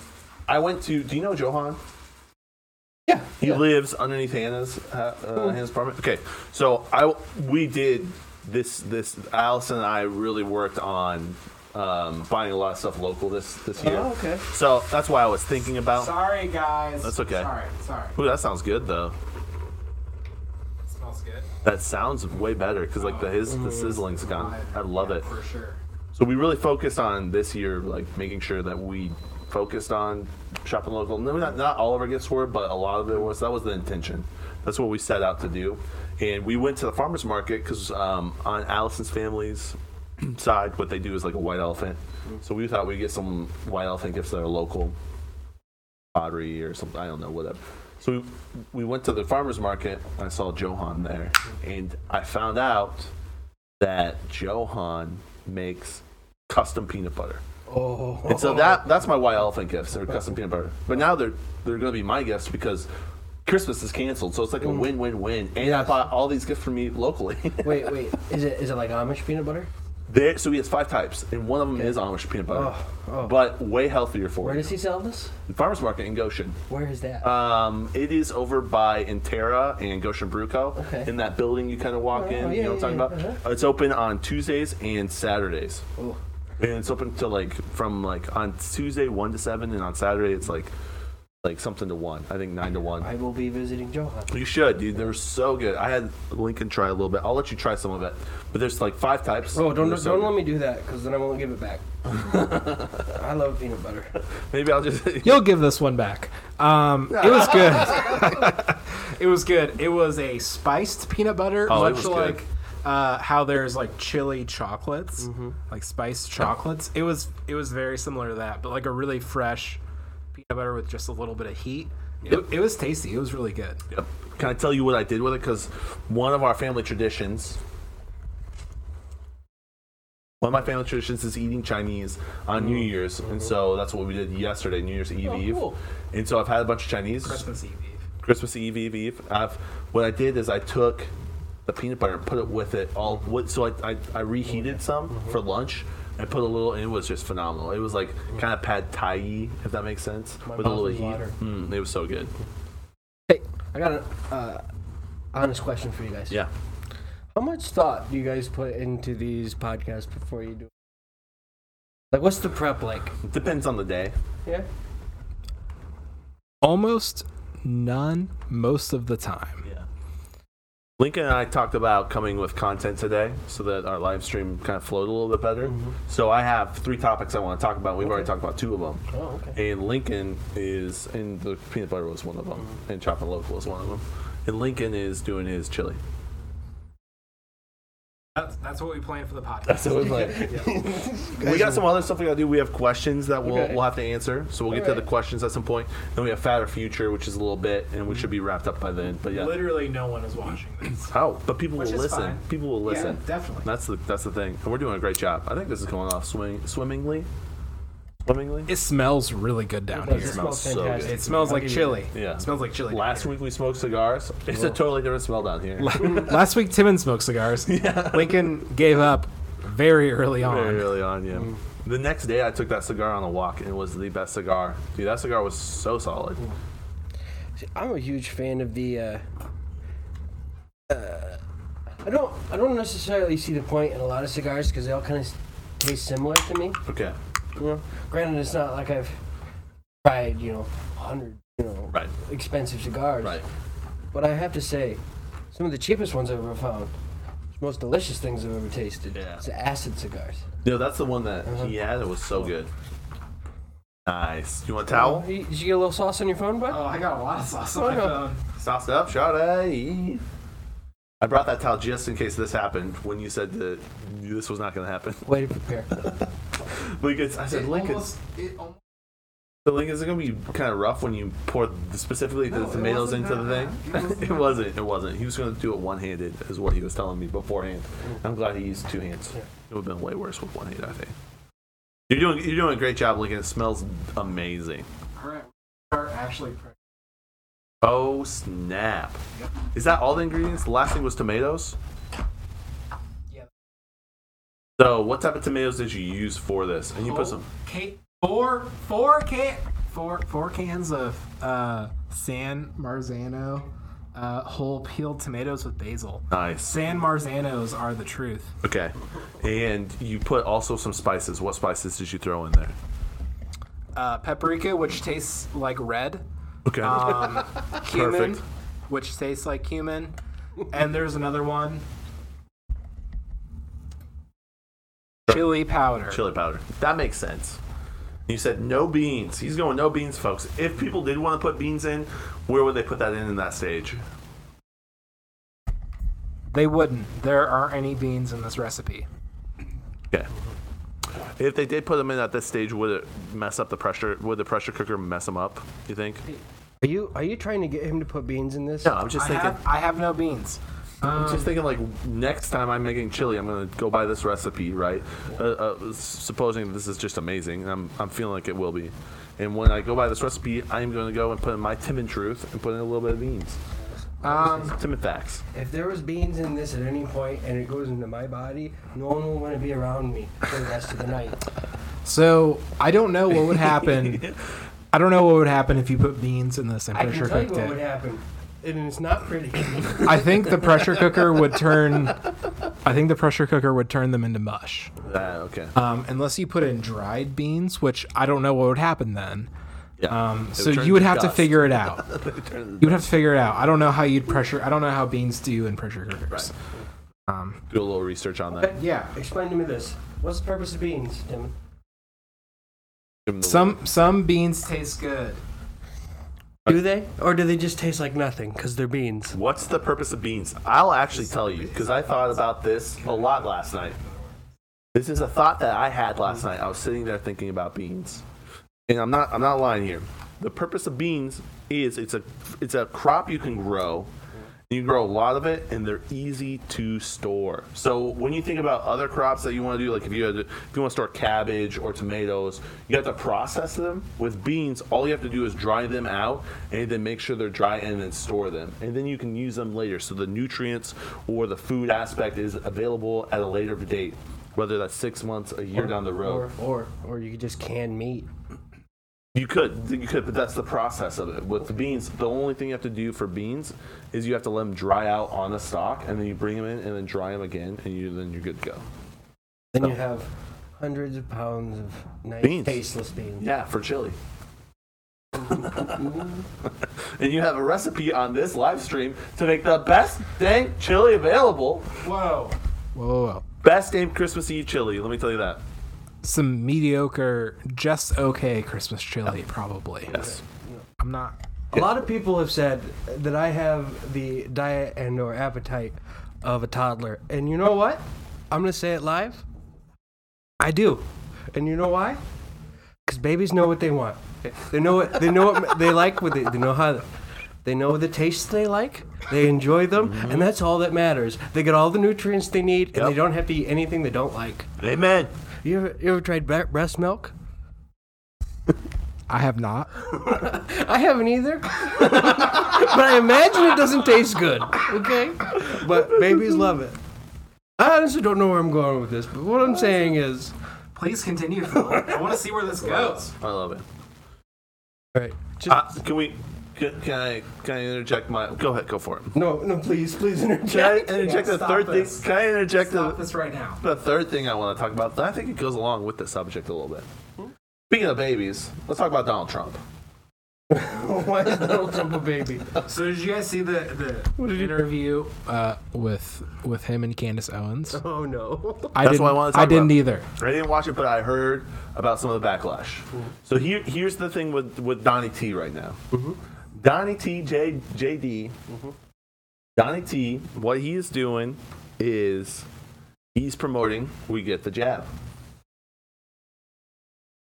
[SPEAKER 1] I went to. Do you know Johan?
[SPEAKER 3] Yeah. Hmm.
[SPEAKER 1] He lives underneath Hannah's uh, uh, Hannah's apartment. Okay, so I we did this this Allison and I really worked on um, buying a lot of stuff local this this year.
[SPEAKER 3] Oh, okay.
[SPEAKER 1] So that's why I was thinking about.
[SPEAKER 2] sorry guys
[SPEAKER 1] That's okay. Sorry,
[SPEAKER 2] sorry
[SPEAKER 1] Ooh, that sounds good though.
[SPEAKER 2] it smells good
[SPEAKER 1] That sounds way better because like the his
[SPEAKER 3] Mm.
[SPEAKER 1] the sizzling's gone. I love it.
[SPEAKER 2] sure
[SPEAKER 1] So we really focused on this year, like making sure that we focused on shopping local. No, not not all of our gifts were, but a lot of it was. That was the intention. That's what we set out to do. And we went to the farmers market because um, on Allison's family's *clears throat* side, what they do is like a white elephant. So we thought we'd get some white elephant gifts that are local, pottery or something. I don't know, whatever. So we, we went to the farmers market. And I saw Johan there, and I found out that Johan makes custom peanut butter.
[SPEAKER 3] Oh.
[SPEAKER 1] And so that that's my white elephant gifts. They're custom peanut butter. But now they're they're going to be my gifts because Christmas is canceled, so it's like a win-win-win. And I
[SPEAKER 3] Mm. Yes.
[SPEAKER 1] bought all these gifts for me locally. *laughs*
[SPEAKER 3] Wait, wait. Is it is it like Amish peanut butter?
[SPEAKER 1] there, so he has five types, and one of them is Amish peanut butter,
[SPEAKER 3] Oh, oh.
[SPEAKER 1] but way healthier for
[SPEAKER 3] Where
[SPEAKER 1] you.
[SPEAKER 3] does he sell this?
[SPEAKER 1] The farmers market in Goshen.
[SPEAKER 3] Where is that?
[SPEAKER 1] Um, it is over by Intera and Goshen Brew Co.
[SPEAKER 3] Okay.
[SPEAKER 1] In that building you kind of walk
[SPEAKER 3] Oh,
[SPEAKER 1] in,
[SPEAKER 3] yeah,
[SPEAKER 1] you know what I'm
[SPEAKER 3] yeah,
[SPEAKER 1] talking
[SPEAKER 3] yeah,
[SPEAKER 1] about? It's open on Tuesdays and Saturdays.
[SPEAKER 3] Oh,
[SPEAKER 1] And it's open to like from like on Tuesday one to seven, and on Saturday it's like like something to one. I think nine to one.
[SPEAKER 3] I will be visiting Johan.
[SPEAKER 1] You should, dude. They're so good. I had Lincoln try a little bit. I'll let you try some of it. But there's like five types.
[SPEAKER 3] Oh, don't
[SPEAKER 1] They're
[SPEAKER 3] don't
[SPEAKER 1] so good.
[SPEAKER 3] let me do that because then I won't give
[SPEAKER 1] *laughs*
[SPEAKER 3] it back. I love peanut butter.
[SPEAKER 1] Maybe I'll just. *laughs*
[SPEAKER 3] *laughs*
[SPEAKER 2] You'll give this one back. Um, it was good. *laughs* it was good. It was a spiced peanut butter,
[SPEAKER 1] Oh, it
[SPEAKER 2] much
[SPEAKER 1] was good.
[SPEAKER 2] like uh, how there's like chili chocolates,
[SPEAKER 1] Mm-hmm.
[SPEAKER 2] like spiced chocolates. It was it was very similar to that, but like a really fresh peanut butter with just a little bit of heat. It, it was tasty. It was really good.
[SPEAKER 1] Yep. Can I tell you what I did with it? Because one of our family traditions, one of my family traditions is eating Chinese on New Year's, and so that's what we did yesterday, New Year's Eve.
[SPEAKER 3] Mm-hmm. Oh,
[SPEAKER 1] Eve.
[SPEAKER 3] cool.
[SPEAKER 1] And so I've had a bunch of Chinese Christmas,
[SPEAKER 2] Christmas Eve.
[SPEAKER 1] Eve,
[SPEAKER 2] Eve.
[SPEAKER 1] Eve, Eve. I've what I did is I took the peanut butter and put it with it all. What, so I, I, I reheated some
[SPEAKER 3] Mm-hmm.
[SPEAKER 1] for lunch. I put a little, and it was just phenomenal. It was like kind of pad thai, if that makes sense,
[SPEAKER 3] Mm-hmm. My
[SPEAKER 1] with a
[SPEAKER 3] mouth
[SPEAKER 1] little
[SPEAKER 3] is
[SPEAKER 1] heat.
[SPEAKER 3] water.
[SPEAKER 1] Mm, it was so good.
[SPEAKER 3] Hey, I got an uh, honest question for you guys.
[SPEAKER 1] Yeah.
[SPEAKER 3] How much thought do you guys put into these podcasts before you do? it? Like, what's the prep like?
[SPEAKER 1] Depends on the day.
[SPEAKER 3] Yeah.
[SPEAKER 2] Almost none most of the time.
[SPEAKER 1] Yeah. Lincoln and I talked about coming with content today so that our live stream kind of flowed a little bit better.
[SPEAKER 3] Mm-hmm.
[SPEAKER 1] So I have three topics I want to talk about. We've already talked about two of them.
[SPEAKER 3] Oh, okay.
[SPEAKER 1] And Lincoln is, and the peanut butter was one of them,
[SPEAKER 3] Mm-hmm.
[SPEAKER 1] and chopping local was one of them. And Lincoln is doing his chili.
[SPEAKER 2] That's, that's what we plan for the podcast.
[SPEAKER 3] *laughs*
[SPEAKER 1] So it's like, *laughs* we got some other stuff we got to do. We have questions that we'll,
[SPEAKER 3] Okay.
[SPEAKER 1] we'll have to answer. So we'll get to
[SPEAKER 3] Alright.
[SPEAKER 1] the questions at some point. Then we have Fatter Future, which is a little bit, and
[SPEAKER 3] Mm-hmm.
[SPEAKER 1] we should be wrapped up by then. But yeah.
[SPEAKER 2] Literally, no one is watching this.
[SPEAKER 1] How? But people
[SPEAKER 2] Which
[SPEAKER 1] will
[SPEAKER 2] is
[SPEAKER 1] listen.
[SPEAKER 2] fine.
[SPEAKER 1] People will listen.
[SPEAKER 2] definitely.
[SPEAKER 1] That's the that's the thing. And we're doing a great job. I think this is going off swimming swimmingly. Swimmingly.
[SPEAKER 2] It smells really good down
[SPEAKER 3] does.
[SPEAKER 2] here.
[SPEAKER 3] It
[SPEAKER 1] smells
[SPEAKER 3] smells
[SPEAKER 1] so
[SPEAKER 3] fantastic.
[SPEAKER 1] good.
[SPEAKER 2] It smells
[SPEAKER 3] I'll
[SPEAKER 2] like
[SPEAKER 3] give you
[SPEAKER 2] chili.
[SPEAKER 1] Yeah.
[SPEAKER 2] It smells like chili. *laughs*
[SPEAKER 1] Last week we smoked cigars. It's a totally different smell down here.
[SPEAKER 2] Last week, Timmons
[SPEAKER 1] *laughs*
[SPEAKER 2] smoked cigars. Lincoln gave up very early on.
[SPEAKER 1] Very early on, yeah. The next day I took that cigar on a walk and it was the best cigar. Dude, that cigar was so solid.
[SPEAKER 3] See, I'm a huge fan of the. Uh, uh, I don't. I don't necessarily see the point in a lot of cigars because they all kind of taste similar to me.
[SPEAKER 1] Okay.
[SPEAKER 3] You know, granted, it's not like I've tried you know hundred you know
[SPEAKER 1] Right.
[SPEAKER 3] expensive cigars,
[SPEAKER 1] Right.
[SPEAKER 3] but I have to say, some of the cheapest ones I've ever found, the most delicious things I've ever tasted,
[SPEAKER 1] Yeah.
[SPEAKER 3] is acid cigars.
[SPEAKER 1] No, that's the one that he had. It was so good. Nice. You want a towel?
[SPEAKER 3] You- Did you get a little sauce on your phone,
[SPEAKER 1] Uh,
[SPEAKER 3] bud?
[SPEAKER 2] Oh, I got a lot of sauce
[SPEAKER 3] on my
[SPEAKER 2] phone.
[SPEAKER 1] Sauced up, shot I brought that towel just in case this happened when you said that this was not going to happen. *laughs*
[SPEAKER 3] Way to prepare.
[SPEAKER 1] Lincoln, I said, Lincoln. The link is it gonna be kind of rough when you pour specifically the tomatoes into the *laughs* thing. it wasn't. It wasn't. He was gonna do it one-handed, is what he was telling me beforehand. I'm glad he used two hands.
[SPEAKER 3] Yeah.
[SPEAKER 1] It would have been way worse with one hand, I think. You're doing. You're doing a great job, Lincoln. It smells amazing.
[SPEAKER 2] All right. Start actually.
[SPEAKER 1] Oh snap! Is that all the ingredients? The last thing was tomatoes.
[SPEAKER 2] Yeah.
[SPEAKER 1] So, what type of tomatoes did you use for this? And you
[SPEAKER 2] Oh.
[SPEAKER 1] put some.
[SPEAKER 2] four, four, can, four, four cans of uh, San Marzano uh, whole peeled tomatoes with basil.
[SPEAKER 1] Nice.
[SPEAKER 2] San Marzanos are the truth.
[SPEAKER 1] Okay. And you put also some spices. What spices did you throw in there?
[SPEAKER 2] Uh, paprika, which tastes like red.
[SPEAKER 1] Okay.
[SPEAKER 2] Um, cumin,
[SPEAKER 1] Perfect.
[SPEAKER 2] which tastes like cumin. And there's another one. Chili powder.
[SPEAKER 1] Chili powder. That makes sense. You said no beans. He's going no beans, folks. If people did want to put beans in, where would they put that in in that stage?
[SPEAKER 2] They wouldn't. There aren't any beans in this recipe.
[SPEAKER 1] Okay. If they did put them in at this stage, would it mess up the pressure? Would the pressure cooker mess them up? You think?
[SPEAKER 3] Are you are you trying to get him to put beans in this?
[SPEAKER 1] No, I'm just
[SPEAKER 2] I um,
[SPEAKER 1] thinking.
[SPEAKER 2] have, I have no beans.
[SPEAKER 1] I'm just thinking like next time I'm making chili, I'm gonna go buy this recipe, right? Uh, uh, supposing this is just amazing, and I'm I'm feeling like it will be. And when I go buy this recipe, I'm gonna go and put in my Tim and Truth and put in a little bit of beans. Um, Tim and Facts.
[SPEAKER 3] If there was beans in this at any point and it goes into my body, no one will want to be around me for the rest of the *laughs* night.
[SPEAKER 2] So I don't know what
[SPEAKER 1] *laughs*
[SPEAKER 2] would happen. I don't know what would happen if you put beans in this and
[SPEAKER 3] I can
[SPEAKER 2] pressure
[SPEAKER 3] tell you
[SPEAKER 2] cooked
[SPEAKER 3] what would
[SPEAKER 2] it.
[SPEAKER 3] happen, and it's not pretty. *laughs*
[SPEAKER 2] I think the pressure cooker would turn. I think the pressure cooker would turn them into mush,
[SPEAKER 1] Ah, okay.
[SPEAKER 2] um, unless you put in dried beans, which I don't know what would happen then.
[SPEAKER 1] Yeah.
[SPEAKER 2] Um,
[SPEAKER 1] It
[SPEAKER 2] so
[SPEAKER 1] turn
[SPEAKER 2] you would
[SPEAKER 1] to
[SPEAKER 2] have to
[SPEAKER 1] dust.
[SPEAKER 2] figure *laughs* it out. you would have to figure it out. I don't know how you'd pressure. I don't know how beans do in pressure cookers.
[SPEAKER 1] Right. Do a little research on that.
[SPEAKER 3] Okay.
[SPEAKER 2] Yeah.
[SPEAKER 3] Explain to me this. What's the purpose of beans, Tim?
[SPEAKER 1] Give 'em the
[SPEAKER 2] Some some beans taste good.
[SPEAKER 3] Do they? Or do they just taste like nothing because they're beans?
[SPEAKER 1] What's the purpose of beans? I'll actually tell you because I thought about this a lot last night. This is a thought that I had last night. I was sitting there thinking about beans, and I'm not I'm not lying here. The purpose of beans is it's a it's a crop you can grow. You can grow a lot of it, and they're easy to store. So when you think about other crops that you want to do, like if you had to, if you want to store cabbage or tomatoes, you have to process them. With beans, all you have to do is dry them out, and then make sure they're dry, and then store them, and then you can use them later. So the nutrients or the food aspect is available at a later date, whether that's six months, a year down the road.
[SPEAKER 3] Or, or, or you could just can meat.
[SPEAKER 1] You could, you could, but that's the process of it. With the beans, the only thing you have to do for beans is you have to let them dry out on the stalk, and then you bring them in and then dry them again, and you then you're good to go.
[SPEAKER 3] Then you have hundreds of pounds of nice
[SPEAKER 1] Beans.
[SPEAKER 3] tasteless beans.
[SPEAKER 1] Yeah, for chili. *laughs* and you have a recipe on this live stream to make the best dang chili available.
[SPEAKER 2] Whoa. Whoa. whoa, whoa.
[SPEAKER 1] Best damn Christmas Eve chili. Let me tell you that.
[SPEAKER 2] Some mediocre, just okay Christmas chili, probably. Yes. I'm not.
[SPEAKER 3] A lot of people have said that I have the diet and or appetite of a toddler. And you know what? I'm going to say it live. I do. And you know why? Cuz babies know what they want. They know what they know what they like what they, they know how they know the tastes they like. They enjoy them, and that's all that matters. They get all the nutrients they need, and they
[SPEAKER 1] Yep.
[SPEAKER 3] don't have to eat anything they don't like.
[SPEAKER 1] Amen.
[SPEAKER 3] You ever, you ever tried bre- breast milk?
[SPEAKER 2] I have not.
[SPEAKER 3] I haven't either. *laughs* but I imagine it doesn't taste good. Okay? But babies love it. I honestly don't know where I'm going with this, but what I'm saying is.
[SPEAKER 2] *laughs* Please continue. I want to see where this goes.
[SPEAKER 1] I love it.
[SPEAKER 3] Alright. Just,
[SPEAKER 1] Uh, can we? Can, can I? Can I interject my? Go ahead. Go for it.
[SPEAKER 3] no, no, please, please
[SPEAKER 1] Can
[SPEAKER 2] *laughs*
[SPEAKER 1] I
[SPEAKER 3] interject.
[SPEAKER 1] interject the
[SPEAKER 2] stop
[SPEAKER 1] third
[SPEAKER 2] this.
[SPEAKER 1] thing? Can I interject the,
[SPEAKER 2] Stop this right now.
[SPEAKER 1] the third thing I want to talk about? that I think it goes along with the subject a little bit. Speaking of babies, let's talk about Donald Trump.
[SPEAKER 3] Why is Donald Trump a baby?
[SPEAKER 2] So did you guys see the the interview uh, with with him and Candace Owens?
[SPEAKER 3] Oh no.
[SPEAKER 2] I
[SPEAKER 1] That's
[SPEAKER 2] didn't.
[SPEAKER 1] what I wanted to
[SPEAKER 2] I
[SPEAKER 1] talk
[SPEAKER 2] didn't
[SPEAKER 1] about.
[SPEAKER 2] either.
[SPEAKER 1] I didn't watch it, but I heard about some of the backlash. So here, here's the thing with with Donnie T right now. Donnie T, J, JD, Donnie T. What he is doing is he's promoting we get the jab.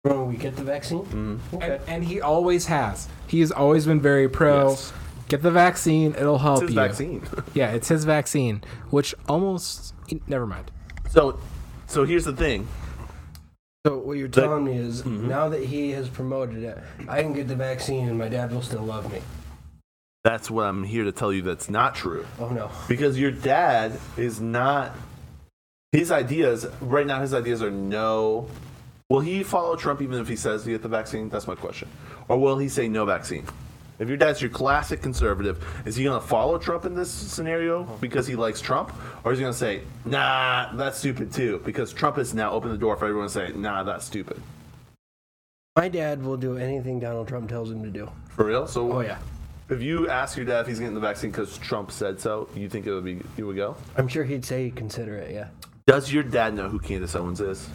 [SPEAKER 3] Bro, we get the vaccine?
[SPEAKER 2] Mm.
[SPEAKER 3] Mm-hmm. Okay.
[SPEAKER 2] And, and he always has. He's always been very pro.
[SPEAKER 1] Yes.
[SPEAKER 2] Get the vaccine. It'll help
[SPEAKER 1] It's his
[SPEAKER 2] you.
[SPEAKER 1] vaccine. *laughs*
[SPEAKER 2] Yeah, it's his vaccine, which almost. Never mind.
[SPEAKER 1] so, so here's the thing.
[SPEAKER 3] So what you're telling me is
[SPEAKER 2] Mm-hmm.
[SPEAKER 3] now that he has promoted it, I can get the vaccine and my dad will still love me.
[SPEAKER 1] That's what I'm here to tell you. That's not true.
[SPEAKER 3] Oh no.
[SPEAKER 1] because your dad is not his ideas right now his ideas are no will he follow trump even if he says you get the vaccine that's my question or will he say no vaccine if your dad's your classic conservative is he going to follow trump in this scenario because he likes trump or is he going to say nah that's stupid too because trump has now opened the door for everyone to say nah that's stupid
[SPEAKER 3] My dad will do anything Donald Trump tells him to do.
[SPEAKER 1] for real so
[SPEAKER 3] Oh yeah.
[SPEAKER 1] if you ask your dad if he's getting the vaccine because trump said so you think it would be you would go
[SPEAKER 3] I'm sure he'd say he'd consider it, yeah.
[SPEAKER 1] Does your dad know who Candace Owens is?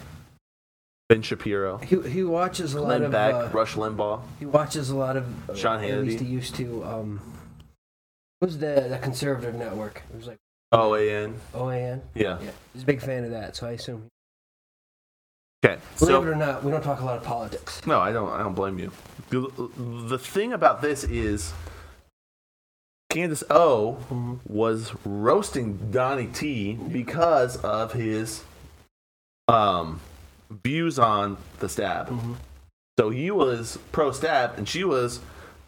[SPEAKER 1] Ben Shapiro,
[SPEAKER 3] He, he watches a lot
[SPEAKER 1] Glenn
[SPEAKER 3] of
[SPEAKER 1] Beck,
[SPEAKER 3] uh,
[SPEAKER 1] Rush Limbaugh.
[SPEAKER 3] he watches a lot of uh,
[SPEAKER 1] Sean
[SPEAKER 3] At least
[SPEAKER 1] Hannity.
[SPEAKER 3] he used to. Um, what was the the conservative network? It was like
[SPEAKER 1] OAN.
[SPEAKER 3] OAN.
[SPEAKER 1] Oh, Yeah.
[SPEAKER 3] Yeah, he's a big fan of that, so I assume.
[SPEAKER 1] Okay.
[SPEAKER 3] Believe
[SPEAKER 1] So
[SPEAKER 3] it or not, we don't talk a lot of politics.
[SPEAKER 1] no, I don't. I don't blame you. The the thing about this is Candace O was roasting Donnie T because of his um, views on the stab. So he was pro stab and she was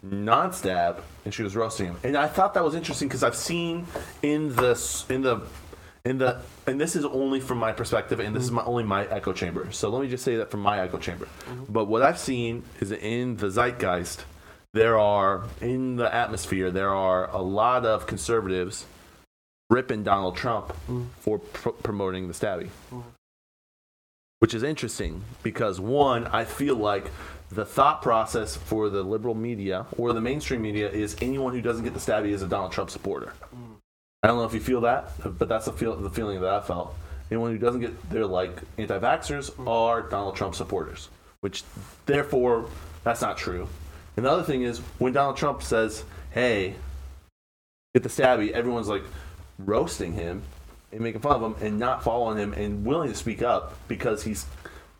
[SPEAKER 1] non stab and she was roasting him. And I thought that was interesting because I've seen in the s- in the in the and this is only from my perspective and this is my only my echo chamber. So let me just say that from my echo chamber. But what I've seen is in the zeitgeist there are in the atmosphere there are a lot of conservatives ripping Donald Trump for pr- promoting the stabby which is interesting because one, I feel like the thought process for the liberal media or the mainstream media is anyone who doesn't get the stabby is a Donald Trump supporter. I don't know if you feel that, but that's the, feel, the feeling that I felt. Anyone who doesn't get they're like anti vaxxers are Donald Trump supporters, which therefore that's not true. And the other thing is when Donald Trump says, hey, get the stabby, everyone's like roasting him and making fun of him and not following him and willing to speak up because he's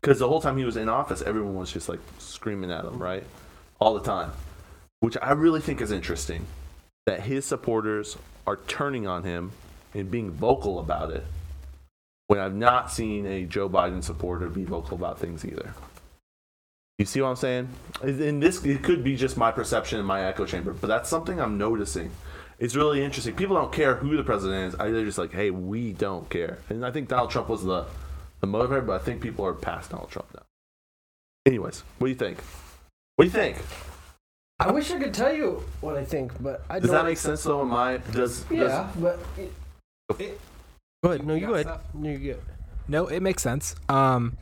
[SPEAKER 1] because the whole time he was in office, everyone was just like screaming at him, right? All the time, which I really think is interesting that his supporters are turning on him and being vocal about it when I've not seen a Joe Biden supporter be vocal about things either. You see what I'm saying? And and this it could be just my perception in my echo chamber, but that's something I'm noticing. It's really interesting. People don't care who the president is. I- They're just like, hey, we don't care. And I think Donald Trump was the the motivator, but I think people are past Donald Trump now. Anyways, what do you think? What do you think?
[SPEAKER 3] I wish I could tell you what I think, but I
[SPEAKER 1] Does
[SPEAKER 3] don't.
[SPEAKER 1] that make sense though? Am I does
[SPEAKER 3] yeah, but. It,
[SPEAKER 2] It-
[SPEAKER 3] go ahead. No, you go ahead.
[SPEAKER 2] stuff?
[SPEAKER 3] No, you good.
[SPEAKER 2] No, it makes sense. Um,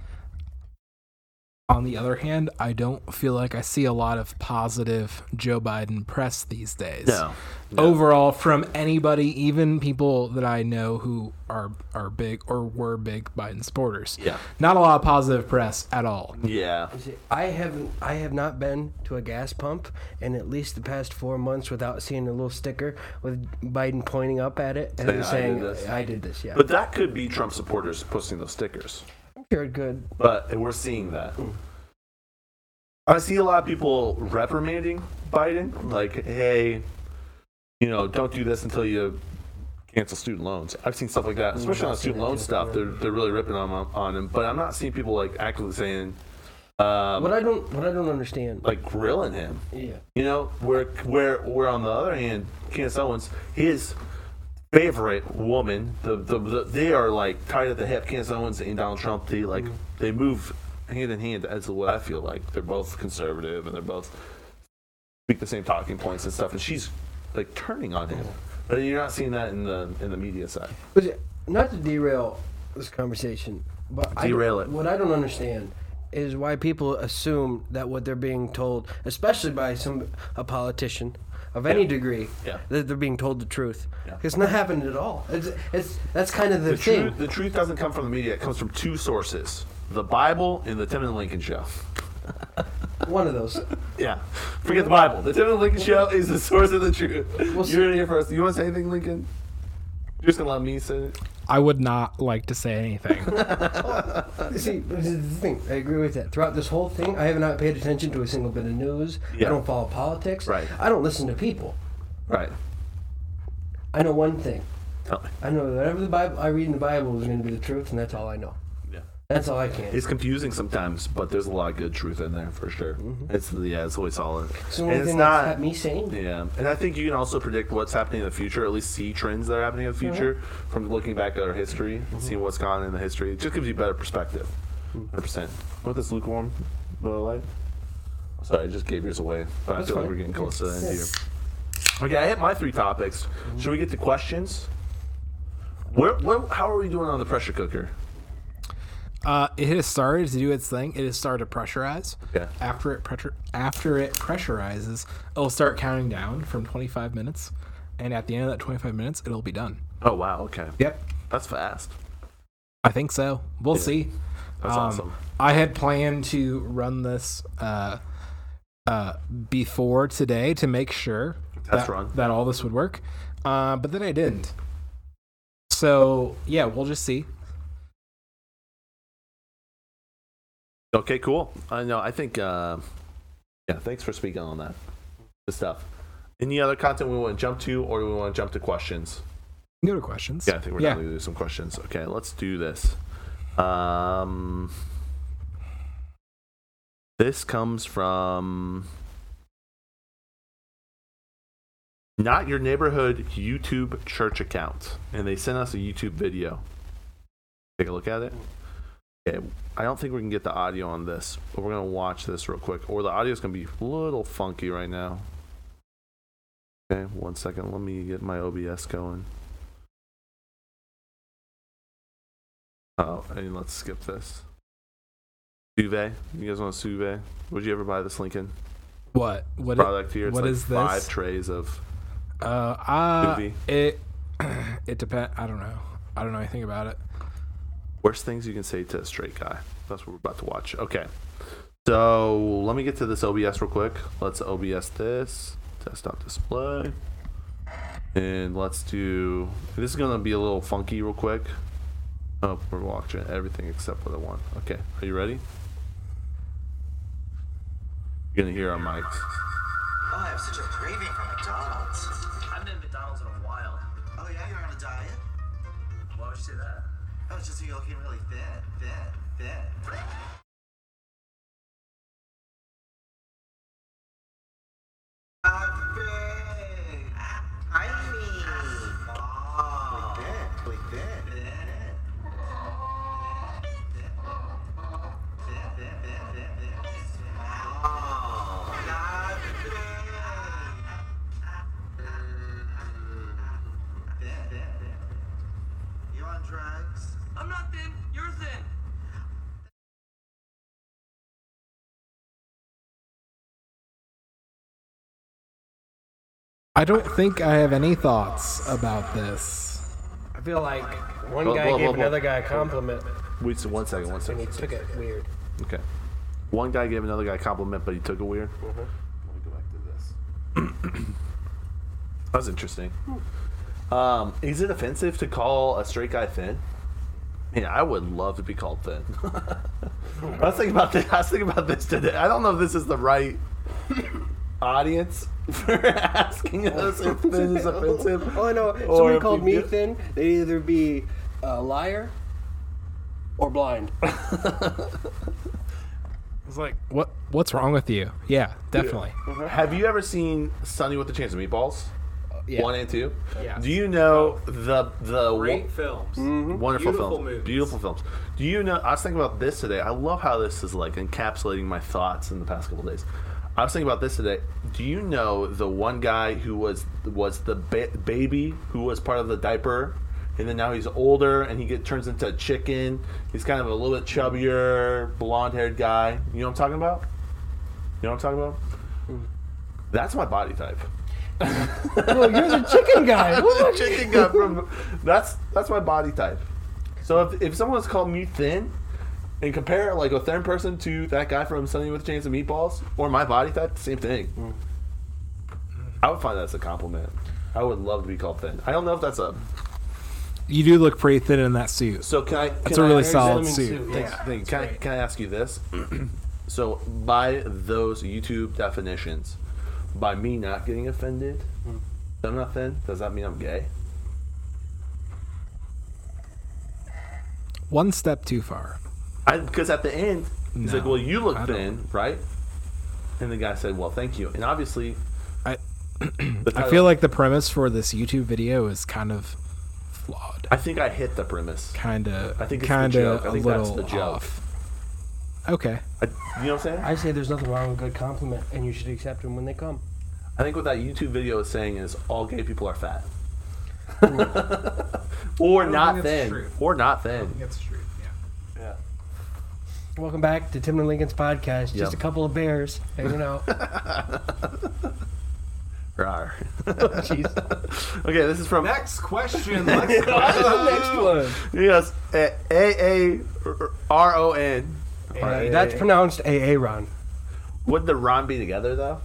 [SPEAKER 2] on the other hand, I don't feel like I see a lot of positive Joe Biden press these days.
[SPEAKER 1] does, no.
[SPEAKER 2] Overall, from anybody, even people that I know who are are big or were big Biden supporters,
[SPEAKER 1] Yeah.
[SPEAKER 2] not a lot of positive press at all.
[SPEAKER 1] Yeah.
[SPEAKER 3] You see, I haven't. I have not been to a gas pump in at least the past four months without seeing a little sticker with Biden pointing up at it and
[SPEAKER 1] Saying, "I did
[SPEAKER 3] saying,
[SPEAKER 1] this."
[SPEAKER 3] "I did this." Yeah,
[SPEAKER 1] But that could be Trump supporters posting those stickers.
[SPEAKER 3] you're good.
[SPEAKER 1] but we're seeing that. I see a lot of people reprimanding Biden, like, hey, you know, don't do this until you cancel student loans. I've seen stuff like that, especially on the student loan stuff. They're, they're really ripping on, on him, but I'm not seeing people like actively saying, um,
[SPEAKER 3] What I don't. What I don't understand.
[SPEAKER 1] like grilling him.
[SPEAKER 3] yeah.
[SPEAKER 1] You know, where where where on the other hand, Candace Owens, his favorite woman, the, the, the they are like tied at the hip. Candace Owens and Donald Trump, they like
[SPEAKER 3] Mm-hmm.
[SPEAKER 1] they move hand in hand as what I feel like. They're both conservative and they're both speak the same talking points and stuff. And she's like turning on him, but you're not seeing that in the in the media side.
[SPEAKER 3] But see, not to derail this conversation, but I-
[SPEAKER 1] Derail it.
[SPEAKER 3] What I don't understand is why people assume that what they're being told, especially by some a politician of any
[SPEAKER 1] Yeah.
[SPEAKER 3] degree,
[SPEAKER 1] Yeah.
[SPEAKER 3] that they're being told the truth.
[SPEAKER 1] Yeah.
[SPEAKER 3] It's not happening at all. It's, it's that's kind of the,
[SPEAKER 1] The
[SPEAKER 3] thing.
[SPEAKER 1] truth, the truth doesn't come from the media. It comes from two sources: the Bible and the Tim and Lincoln show.
[SPEAKER 3] One
[SPEAKER 1] *laughs*
[SPEAKER 3] of those.
[SPEAKER 1] Yeah. Forget the Bible. The Tim and Lincoln Show is the source of the truth.
[SPEAKER 3] Well,
[SPEAKER 1] You're here first. You want to say anything, Lincoln? You're just gonna let me say it.
[SPEAKER 2] I would not like to say
[SPEAKER 1] *laughs*
[SPEAKER 2] anything.
[SPEAKER 3] See, this is the thing. I agree with that. Throughout this whole thing, I have not paid attention to a single bit of news.
[SPEAKER 1] Yeah.
[SPEAKER 3] I don't follow politics.
[SPEAKER 1] Right.
[SPEAKER 3] I don't listen to people.
[SPEAKER 1] Right.
[SPEAKER 3] I know one thing.
[SPEAKER 1] Tell me.
[SPEAKER 3] I know that whatever the Bible I read in the Bible is going to be the truth, and that's all I know.
[SPEAKER 1] Yeah.
[SPEAKER 3] That's all I can.
[SPEAKER 1] It's confusing sometimes, but there's a lot of good truth in there for sure. It's yeah, it's always solid.
[SPEAKER 3] It's the only
[SPEAKER 1] And it's
[SPEAKER 3] thing
[SPEAKER 1] not.
[SPEAKER 3] that's got me saying.
[SPEAKER 1] Yeah, and I think you can also predict what's happening in the future, at least see trends that are happening in the
[SPEAKER 3] Mm-hmm.
[SPEAKER 1] future from looking back at our history and seeing what's gone in the history. It just gives you better perspective.
[SPEAKER 3] Mm-hmm.
[SPEAKER 1] 100%. What this lukewarm Miller Lite? Sorry, I just gave yours away, but I
[SPEAKER 3] That's
[SPEAKER 1] feel like
[SPEAKER 3] fine.
[SPEAKER 1] we're getting close to the end here.
[SPEAKER 3] Yes. Mm-hmm.
[SPEAKER 1] Okay, I hit my three topics. Should we get to questions? Where, where, how are we doing on the pressure cooker?
[SPEAKER 2] Uh, it has started to do its thing. It has started to pressurize.
[SPEAKER 1] Yeah.
[SPEAKER 2] After it pressur- after it pressurizes, it'll start counting down from 25 minutes, and at the end of that 25 minutes, it'll be done.
[SPEAKER 1] Oh, wow, okay.
[SPEAKER 2] Yep.
[SPEAKER 1] That's fast.
[SPEAKER 2] I think so. We'll see.
[SPEAKER 1] That's
[SPEAKER 2] Um,
[SPEAKER 1] awesome.
[SPEAKER 2] I had planned to run this uh, uh, before today to make sure
[SPEAKER 1] That's
[SPEAKER 2] that,
[SPEAKER 1] wrong.
[SPEAKER 2] that all this would work, uh, but then I didn't. So yeah, we'll just see.
[SPEAKER 1] Okay, cool. I know. I think, uh, yeah, thanks for speaking on that. Good stuff. Any other content we want to jump to, or do we want to jump to questions?
[SPEAKER 2] Go to questions.
[SPEAKER 1] Yeah, I think we're
[SPEAKER 2] Yeah.
[SPEAKER 1] definitely gonna do some questions. Okay, let's do this. Um, this comes from not your neighborhood YouTube church account, and they sent us a YouTube video. Take a look at it. Okay, I don't think we can get the audio on this, but we're gonna watch this real quick. Or the audio's gonna be a little funky right now. Okay, one second. Let me get my OBS going. Oh, and let's skip this. Suve. You guys want a Suve? Would you ever buy this Lincoln
[SPEAKER 2] What? What?
[SPEAKER 1] product here? It's
[SPEAKER 2] what
[SPEAKER 1] like
[SPEAKER 2] is this?
[SPEAKER 1] five trays of
[SPEAKER 2] Uh, uh
[SPEAKER 1] Movie.
[SPEAKER 2] it *clears throat* it depend. I don't know. I don't know anything about it.
[SPEAKER 1] worst things you can say to a straight guy. That's what we're about to watch. Okay. So let me get to this OBS real quick. Let's OBS this. Desktop display. And let's do this is gonna be a little funky real quick. Oh, we're watching everything except for the one. Okay. Are you ready? You're gonna hear our mics.
[SPEAKER 4] Oh, I have such a craving for McDonald's.
[SPEAKER 5] I haven't been to McDonald's in a while.
[SPEAKER 4] Oh yeah, you're on a diet?
[SPEAKER 5] Why would you say that?
[SPEAKER 4] Oh, it's just that you're looking really thin, thin, thin. I'm big. Tiny. Small. Like that, like that. Thin, thin, thin, thin, thin, thin, thin. Small. Not big. Thin, thin, thin. You on drugs?
[SPEAKER 5] I'm not thin. You're thin.
[SPEAKER 2] I don't think I have any thoughts about this.
[SPEAKER 3] I feel like one
[SPEAKER 1] Well,
[SPEAKER 3] guy
[SPEAKER 1] well,
[SPEAKER 3] gave
[SPEAKER 1] well, well.
[SPEAKER 3] another guy a compliment
[SPEAKER 1] Wait, so one second, one
[SPEAKER 3] and he
[SPEAKER 1] second.
[SPEAKER 3] took it *laughs* weird.
[SPEAKER 1] Okay. One guy gave another guy a compliment, but he took it weird. Mm-hmm. Let me go back to this. *clears throat* that was interesting. Um, is it offensive to call a straight guy thin? Man, I would love to be called thin. *laughs* I was thinking about this. I was thinking about this today. I don't know if this is the right audience *laughs* for asking us if thin *laughs* is offensive.
[SPEAKER 3] Oh, I know.
[SPEAKER 1] Or
[SPEAKER 3] Someone
[SPEAKER 1] if
[SPEAKER 3] called
[SPEAKER 1] you
[SPEAKER 3] me
[SPEAKER 1] get-
[SPEAKER 3] thin. They'd either be a liar or blind.
[SPEAKER 2] It's like what? What's wrong with you? Yeah, definitely.
[SPEAKER 1] Have you ever seen Sunny with a Chance of Meatballs?
[SPEAKER 3] yeah.
[SPEAKER 1] One and two.
[SPEAKER 2] Yeah.
[SPEAKER 1] Do you know the the
[SPEAKER 5] Great films.
[SPEAKER 1] Wonderful
[SPEAKER 5] Mm-hmm. Beautiful
[SPEAKER 1] films.
[SPEAKER 5] movies.
[SPEAKER 1] Beautiful films. Do you know? I was thinking about this today. I love how this is like encapsulating my thoughts in the past couple days. I was thinking about this today. Do you know the one guy who was was the ba- baby who was part of the diaper, and then now he's older and he get, turns into a chicken. He's kind of a little bit chubbier, blonde-haired guy. You know what I'm talking about? You know what I'm talking about?
[SPEAKER 5] Mm-hmm.
[SPEAKER 1] That's my body type.
[SPEAKER 3] Well, you're the chicken guy.
[SPEAKER 1] *laughs* The chicken guy from that's that's my body type. So if, if someone's called me thin and compare like a thin person to that guy from Sunny with a Chance of Meatballs or my body type, same thing. I would find that as a compliment. I would love to be called thin. I don't know if that's a
[SPEAKER 2] You do look pretty thin in that suit.
[SPEAKER 1] so can I can
[SPEAKER 2] That's a
[SPEAKER 1] I-
[SPEAKER 2] really
[SPEAKER 1] there's
[SPEAKER 2] solid
[SPEAKER 1] something-
[SPEAKER 2] suit.
[SPEAKER 1] Thanks, thanks. Can, I, can I ask you this? *clears throat* so, by those YouTube definitions, by me not getting offended, I'm not thin. Does that mean I'm gay?
[SPEAKER 2] One step too far.
[SPEAKER 1] Because at the end, he's
[SPEAKER 2] No,
[SPEAKER 1] like, "Well, you look
[SPEAKER 2] I don't.
[SPEAKER 1] thin, right?" And the guy said, "Well, thank you." And obviously,
[SPEAKER 2] I-
[SPEAKER 1] the
[SPEAKER 2] *clears throat* I
[SPEAKER 1] title-
[SPEAKER 2] feel like the premise for this YouTube video is kind of flawed.
[SPEAKER 1] I think I hit the premise.
[SPEAKER 2] Kind of.
[SPEAKER 1] I think it's the
[SPEAKER 2] kind
[SPEAKER 1] joke.
[SPEAKER 2] of
[SPEAKER 1] I
[SPEAKER 2] a
[SPEAKER 1] think that's
[SPEAKER 2] little
[SPEAKER 1] the joke.
[SPEAKER 2] off. Okay.
[SPEAKER 1] I, you know what I'm saying? I,
[SPEAKER 3] I say there's nothing wrong with a good compliment, and you should accept them when they come.
[SPEAKER 1] think what that YouTube video is saying is all gay people are fat, *laughs* or not
[SPEAKER 2] think that's
[SPEAKER 1] thin,
[SPEAKER 2] true.
[SPEAKER 1] or not thin.
[SPEAKER 2] That's true. Yeah.
[SPEAKER 1] Yeah.
[SPEAKER 3] Welcome back to Tim and Lincoln's podcast.
[SPEAKER 1] Yep.
[SPEAKER 3] Just a couple of bears hanging out.
[SPEAKER 1] *laughs* Rawr.
[SPEAKER 2] *laughs*
[SPEAKER 3] Jeez.
[SPEAKER 1] Okay, this is from
[SPEAKER 2] Next *laughs* question. Let's
[SPEAKER 3] Next one.
[SPEAKER 1] yes A A R O N.
[SPEAKER 3] Uh, that's pronounced Aaron.
[SPEAKER 1] Would the Ron be together though?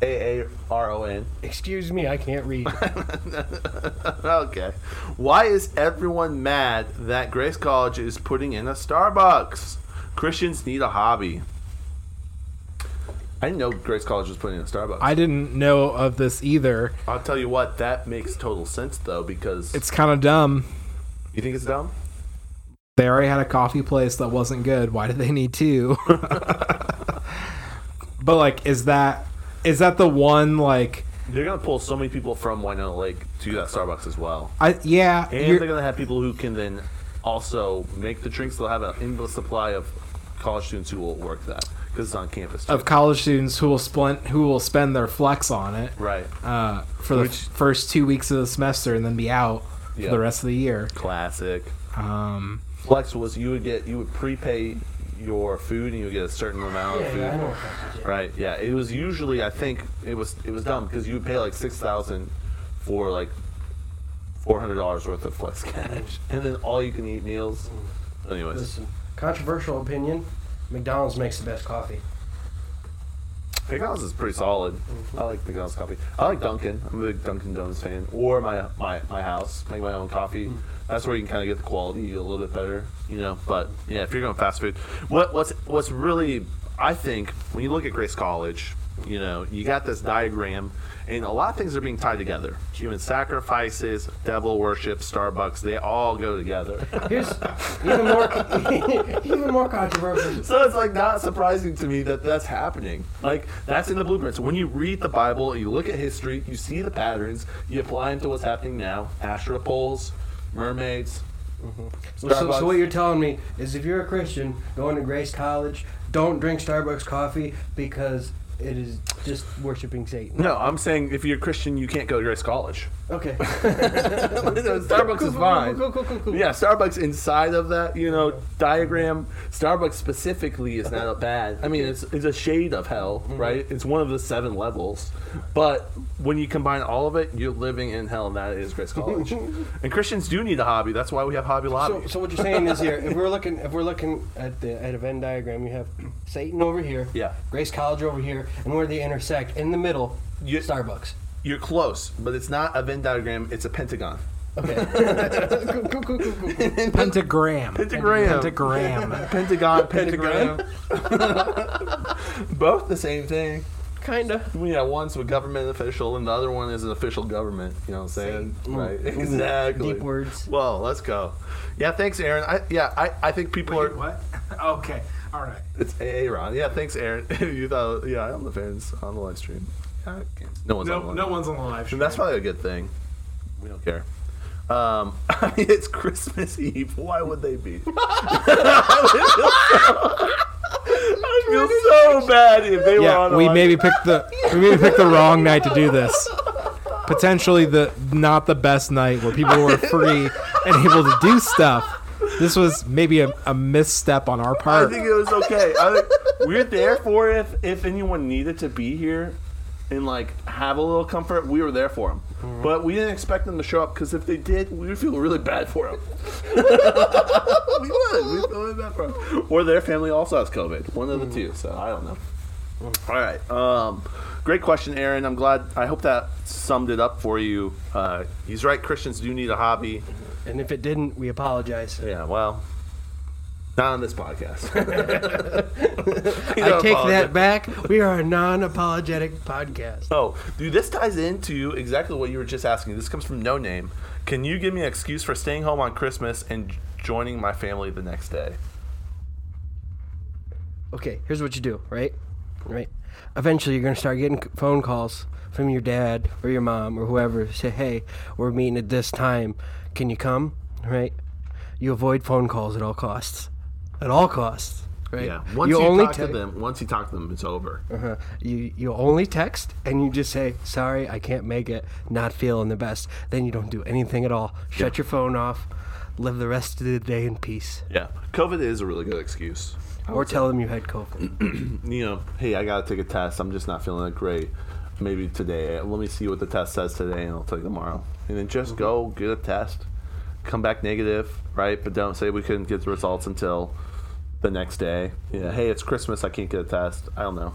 [SPEAKER 1] A A R O N.
[SPEAKER 3] Excuse me, I can't read.
[SPEAKER 1] Okay. Why is everyone mad that Grace College is putting in a Starbucks? Christians need a hobby. I didn't know Grace College was putting in a Starbucks. I,
[SPEAKER 2] I didn't know of this either.
[SPEAKER 1] will tell you what, that makes total sense though because
[SPEAKER 2] It's kind of dumb.
[SPEAKER 1] you think it's dumb.
[SPEAKER 2] They already had a coffee place that wasn't good. Why do they need two? *laughs* but like, is that is that the one like?
[SPEAKER 1] They're gonna pull so many people from Winona Lake to that Starbucks as well,
[SPEAKER 2] I yeah.
[SPEAKER 1] and
[SPEAKER 2] you're-
[SPEAKER 1] they're gonna have people who can then also make the drinks. They'll have an endless supply of college students who will work that because it's on campus. too.
[SPEAKER 2] of college students who will splint, who will spend their flex on it
[SPEAKER 1] right,
[SPEAKER 2] uh, for the
[SPEAKER 1] Which-
[SPEAKER 2] f- first two weeks of the semester and then be out
[SPEAKER 1] Yeah.
[SPEAKER 2] for the rest of the year.
[SPEAKER 1] classic.
[SPEAKER 2] Um,
[SPEAKER 1] Flex was you would get you would prepay your food and you would get a certain amount of food.
[SPEAKER 3] Yeah, I know.
[SPEAKER 1] Right. Yeah. It was usually I think it was it was dumb because you would pay like six thousand for like four hundred dollars worth of flex cash,
[SPEAKER 3] Mm.
[SPEAKER 1] and then all you can eat meals. Anyways,
[SPEAKER 3] Listen, controversial opinion. McDonald's makes the
[SPEAKER 1] *laughs*
[SPEAKER 3] best coffee.
[SPEAKER 1] McDonald's is pretty solid. I like McDonald's coffee. I like Dunkin'. I'm a big Dunkin' Donuts fan. Or my my, my house, make my own coffee. That's where you can kind of get the quality a little bit better, you know. But yeah, if you're going fast food, what what's what's really I think when you look at Grace College, you know, you got this diagram, and a lot of things are being tied together. Human sacrifices, devil worship, Starbucks, they all go together.
[SPEAKER 3] Here's even more, *laughs* even more controversial.
[SPEAKER 1] So it's like not surprising to me that that's happening. Like that's in the blueprints. When you read the Bible, you look at history, you see the patterns, you apply them to what's happening now. Asherah poles, mermaids. Mm-hmm.
[SPEAKER 3] So, so
[SPEAKER 1] Starbucks.
[SPEAKER 3] what you're telling me is if you're a Christian going to Grace College, don't drink Starbucks coffee because it is just worshiping Satan.
[SPEAKER 1] No, I'm saying if you're a Christian, you can't go to Grace College.
[SPEAKER 3] *laughs* Okay.
[SPEAKER 1] *laughs* Starbucks is fine.
[SPEAKER 3] Cool, cool, cool, cool.
[SPEAKER 1] Yeah, Starbucks inside of that, you know, diagram. Starbucks specifically is not a bad. I mean, it's it's a shade of hell,
[SPEAKER 3] Mm-hmm.
[SPEAKER 1] right? It's one of the seven levels, but when you combine all of it, you're living in hell, and that is Grace
[SPEAKER 3] *laughs*
[SPEAKER 1] College. and Christians do need a hobby. That's why we have Hobby Lobby.
[SPEAKER 3] So, so what you're saying is here, if we're looking, if we're looking at the at a Venn diagram, you have Satan over here,
[SPEAKER 1] Yeah.
[SPEAKER 3] Grace College over here, and where they intersect in the middle,
[SPEAKER 1] You-
[SPEAKER 3] Starbucks.
[SPEAKER 1] you're close, but it's not a Venn diagram. It's a pentagon.
[SPEAKER 3] Cool, *laughs* cool, cool, cool, cool, cool.
[SPEAKER 1] Pentagram. *laughs*
[SPEAKER 2] pentagram. Pentagram.
[SPEAKER 1] Pentagon. Pentagram. *laughs* Both the same thing.
[SPEAKER 3] Kinda.
[SPEAKER 1] Yeah, one's a government official, and the other one is an official government. You know what I'm saying? Right. Exactly.
[SPEAKER 3] Deep words.
[SPEAKER 1] Well, let's go. Yeah, thanks, Aaron. I, yeah, I, I think people are.
[SPEAKER 2] what? *laughs* okay. All right.
[SPEAKER 1] It's Aaron. Yeah, thanks, Aaron. *laughs* you thought, yeah, I'm the fans on the live stream. Yeah, I can't- no one's on the live stream.
[SPEAKER 2] one's on the live
[SPEAKER 1] And that's probably a good thing. We don't care. Um, *laughs* I mean, it's Christmas Eve. Why would they be? *laughs* I would feel so, I feel so bad if they were on.
[SPEAKER 2] Yeah,
[SPEAKER 1] a
[SPEAKER 2] we
[SPEAKER 1] live-
[SPEAKER 2] maybe picked the we maybe picked the wrong night to
[SPEAKER 1] *laughs*
[SPEAKER 2] do this. Potentially the not the best night where people were free and able to do stuff. This was maybe a, a misstep on our
[SPEAKER 1] I
[SPEAKER 2] part.
[SPEAKER 1] think it was okay. I, think we're there for if if anyone needed to be here and like have a little comfort, we were there for them. But we didn't expect them to show up because if they did, we would feel really bad for them. we would. We feel really bad for them. Or their family also has COVID. One of the two. So I don't know. All right. Um, great question, Aaron. I'm glad. I hope that summed it up for you. Uh, he's right. Christians do need a hobby.
[SPEAKER 3] And if it didn't, we apologize.
[SPEAKER 1] Yeah, well, not on this *laughs* podcast.
[SPEAKER 3] I take that back. We are a non-apologetic podcast.
[SPEAKER 1] Oh, dude, this ties into exactly what you were just asking. This comes from No Name. Can you give me an excuse for staying home on Christmas and j- joining my family the next day?
[SPEAKER 3] Okay, here's what you do, right? Right. Eventually, you're gonna start getting c- phone calls from your dad or your mom or whoever. Say, hey, we're meeting at this time. Can you come? Right. You avoid phone calls at all costs. At all costs. Right.
[SPEAKER 1] Once you, talk to
[SPEAKER 3] te-
[SPEAKER 1] them, once you talk to them, it's over.
[SPEAKER 3] Uh-huh. You you only text and you just say sorry I can't make it not feeling the best then you don't do anything at all shut your phone off live the rest of the day in peace
[SPEAKER 1] Yeah. COVID is a really good excuse.
[SPEAKER 3] or tell them you had COVID
[SPEAKER 1] You know, hey, I got to take a test. I'm just not feeling that great. Maybe today. Let me see what the test says today and I'll take tomorrow. And then just go get a test, come back negative, right? But don't say we couldn't get the results until the next day. Yeah. Hey, it's Christmas. I can't get a test. I don't know.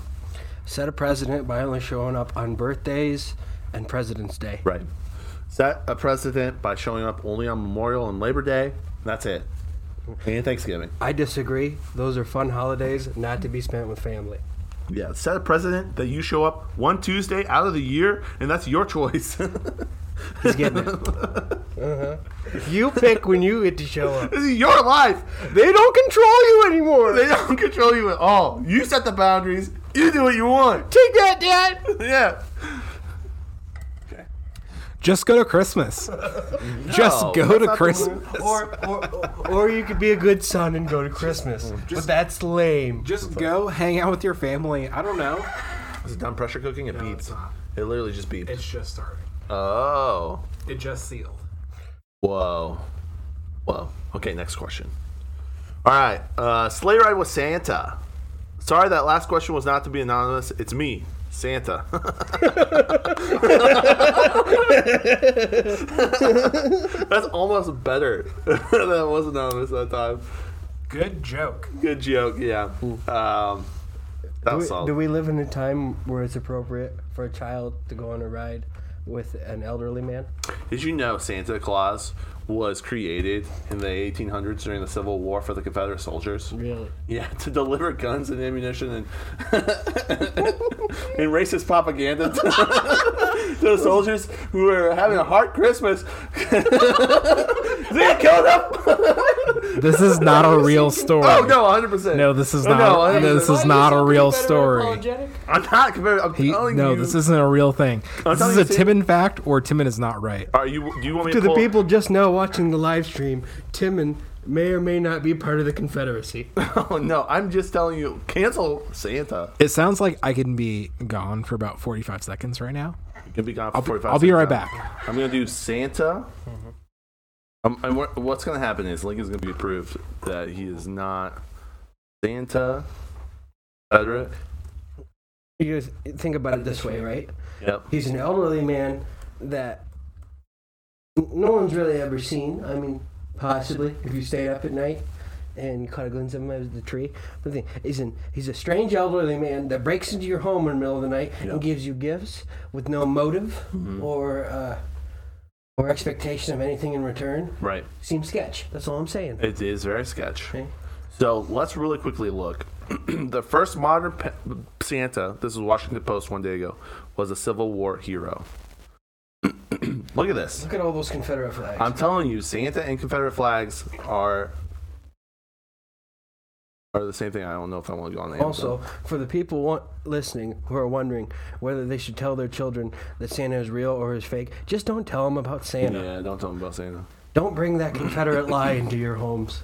[SPEAKER 3] set a precedent by only showing up on birthdays and President's Day
[SPEAKER 1] Right. Set a precedent by showing up only on Memorial and Labor Day. That's it. Mm-hmm. And Thanksgiving.
[SPEAKER 3] I disagree those are fun holidays not to be spent with family
[SPEAKER 6] Yeah, set a precedent that you show up one Tuesday out of the year, and that's your choice.
[SPEAKER 3] He's getting it. Uh-huh. You pick when you get to show
[SPEAKER 6] *laughs*
[SPEAKER 1] *laughs*
[SPEAKER 3] up.
[SPEAKER 6] this is your life.
[SPEAKER 3] They don't control you anymore.
[SPEAKER 6] They don't control you at all. You set the boundaries. You do what you want.
[SPEAKER 3] Take that, Dad.
[SPEAKER 6] *laughs* Yeah.
[SPEAKER 2] Just go to Christmas. Just
[SPEAKER 6] No,
[SPEAKER 2] go
[SPEAKER 6] that's
[SPEAKER 2] to
[SPEAKER 6] not the
[SPEAKER 2] Christmas.
[SPEAKER 3] Or, or, or you could be a good son and go to Christmas. but that's lame.
[SPEAKER 2] Just go hang out with your family. I don't know.
[SPEAKER 1] Is it done pressure cooking? It beeps.
[SPEAKER 2] it's not.
[SPEAKER 1] It literally just beeps.
[SPEAKER 2] It's just starting.
[SPEAKER 1] oh.
[SPEAKER 2] It just sealed.
[SPEAKER 1] Whoa. Whoa. Okay, next question. All right. Uh, sleigh ride with Santa. Sorry, that last question was not to be anonymous. It's me, Santa. *laughs* That's almost better *laughs* that was anonymous that time.
[SPEAKER 2] Good joke.
[SPEAKER 1] Good joke, yeah. Um, that
[SPEAKER 3] Hmm. Do we,
[SPEAKER 1] was solid.
[SPEAKER 3] do we live in a time where it's appropriate for a child to go on a ride with an elderly man?
[SPEAKER 1] Did you know Santa Claus was created in the 1800s during the Civil War for the Confederate soldiers?
[SPEAKER 3] Really?
[SPEAKER 1] Yeah, to deliver guns and ammunition and *laughs* and racist propaganda to, *laughs* to the soldiers who were having a hard Christmas. *laughs* they killed them.
[SPEAKER 2] This is not a real
[SPEAKER 1] *laughs*
[SPEAKER 2] story.
[SPEAKER 1] Oh no, 100. percent Oh,
[SPEAKER 2] No, this is
[SPEAKER 1] No,
[SPEAKER 2] not.
[SPEAKER 1] I-
[SPEAKER 2] no, this is not a real story.
[SPEAKER 1] I'm not comparing. I'm
[SPEAKER 2] He-
[SPEAKER 1] telling
[SPEAKER 2] no,
[SPEAKER 1] you.
[SPEAKER 2] this isn't a real thing. This
[SPEAKER 1] telling
[SPEAKER 2] is a
[SPEAKER 1] you, Tim-
[SPEAKER 2] Timon fact, or Timon is not right.
[SPEAKER 1] Are you? Do you want me
[SPEAKER 3] To
[SPEAKER 1] to
[SPEAKER 3] the
[SPEAKER 1] pull?
[SPEAKER 3] people just now watching the live stream, Timon may or may not be part of the Confederacy.
[SPEAKER 1] *laughs* Oh, no, I'm just telling you. Cancel Santa.
[SPEAKER 2] It sounds like I can be gone for about 45 seconds right now.
[SPEAKER 1] You can be gone for
[SPEAKER 2] I'll be,
[SPEAKER 1] 45
[SPEAKER 2] I'll be right
[SPEAKER 1] seconds.
[SPEAKER 2] back.
[SPEAKER 1] I'm gonna do Santa. Um, and what, what's gonna happen is Lincoln's gonna be proved that he is not Santa. Federate.
[SPEAKER 3] You guys think about it this way, right?
[SPEAKER 1] Yep.
[SPEAKER 3] He's an elderly man that n- no one's really ever seen. I mean, possibly if you stayed up at night and caught a glimpse of him out of the tree. But the thing is, an, he's a strange elderly man that breaks into your home in the middle of the night
[SPEAKER 1] Yeah. Mm-hmm.
[SPEAKER 3] and gives you gifts with no motive or uh, or expectation of anything in return.
[SPEAKER 1] Right.
[SPEAKER 3] Seems sketch. That's all I'm saying.
[SPEAKER 1] It is very sketch.
[SPEAKER 3] Okay.
[SPEAKER 1] So let's really quickly look. *clears throat* the first modern pe- Santa, this was Washington Post one day ago, was a Civil War hero. *clears throat* look at this.
[SPEAKER 3] Look at all those Confederate flags.
[SPEAKER 1] I'm telling you, Santa and Confederate flags are are the same thing. I don't know if I want to go on. Amazon.
[SPEAKER 3] Also, for the people want, listening who are wondering whether they should tell their children that Santa is real or is fake, just don't tell them about Santa.
[SPEAKER 1] yeah, don't tell them about Santa.
[SPEAKER 3] Don't bring that Confederate lie into your homes.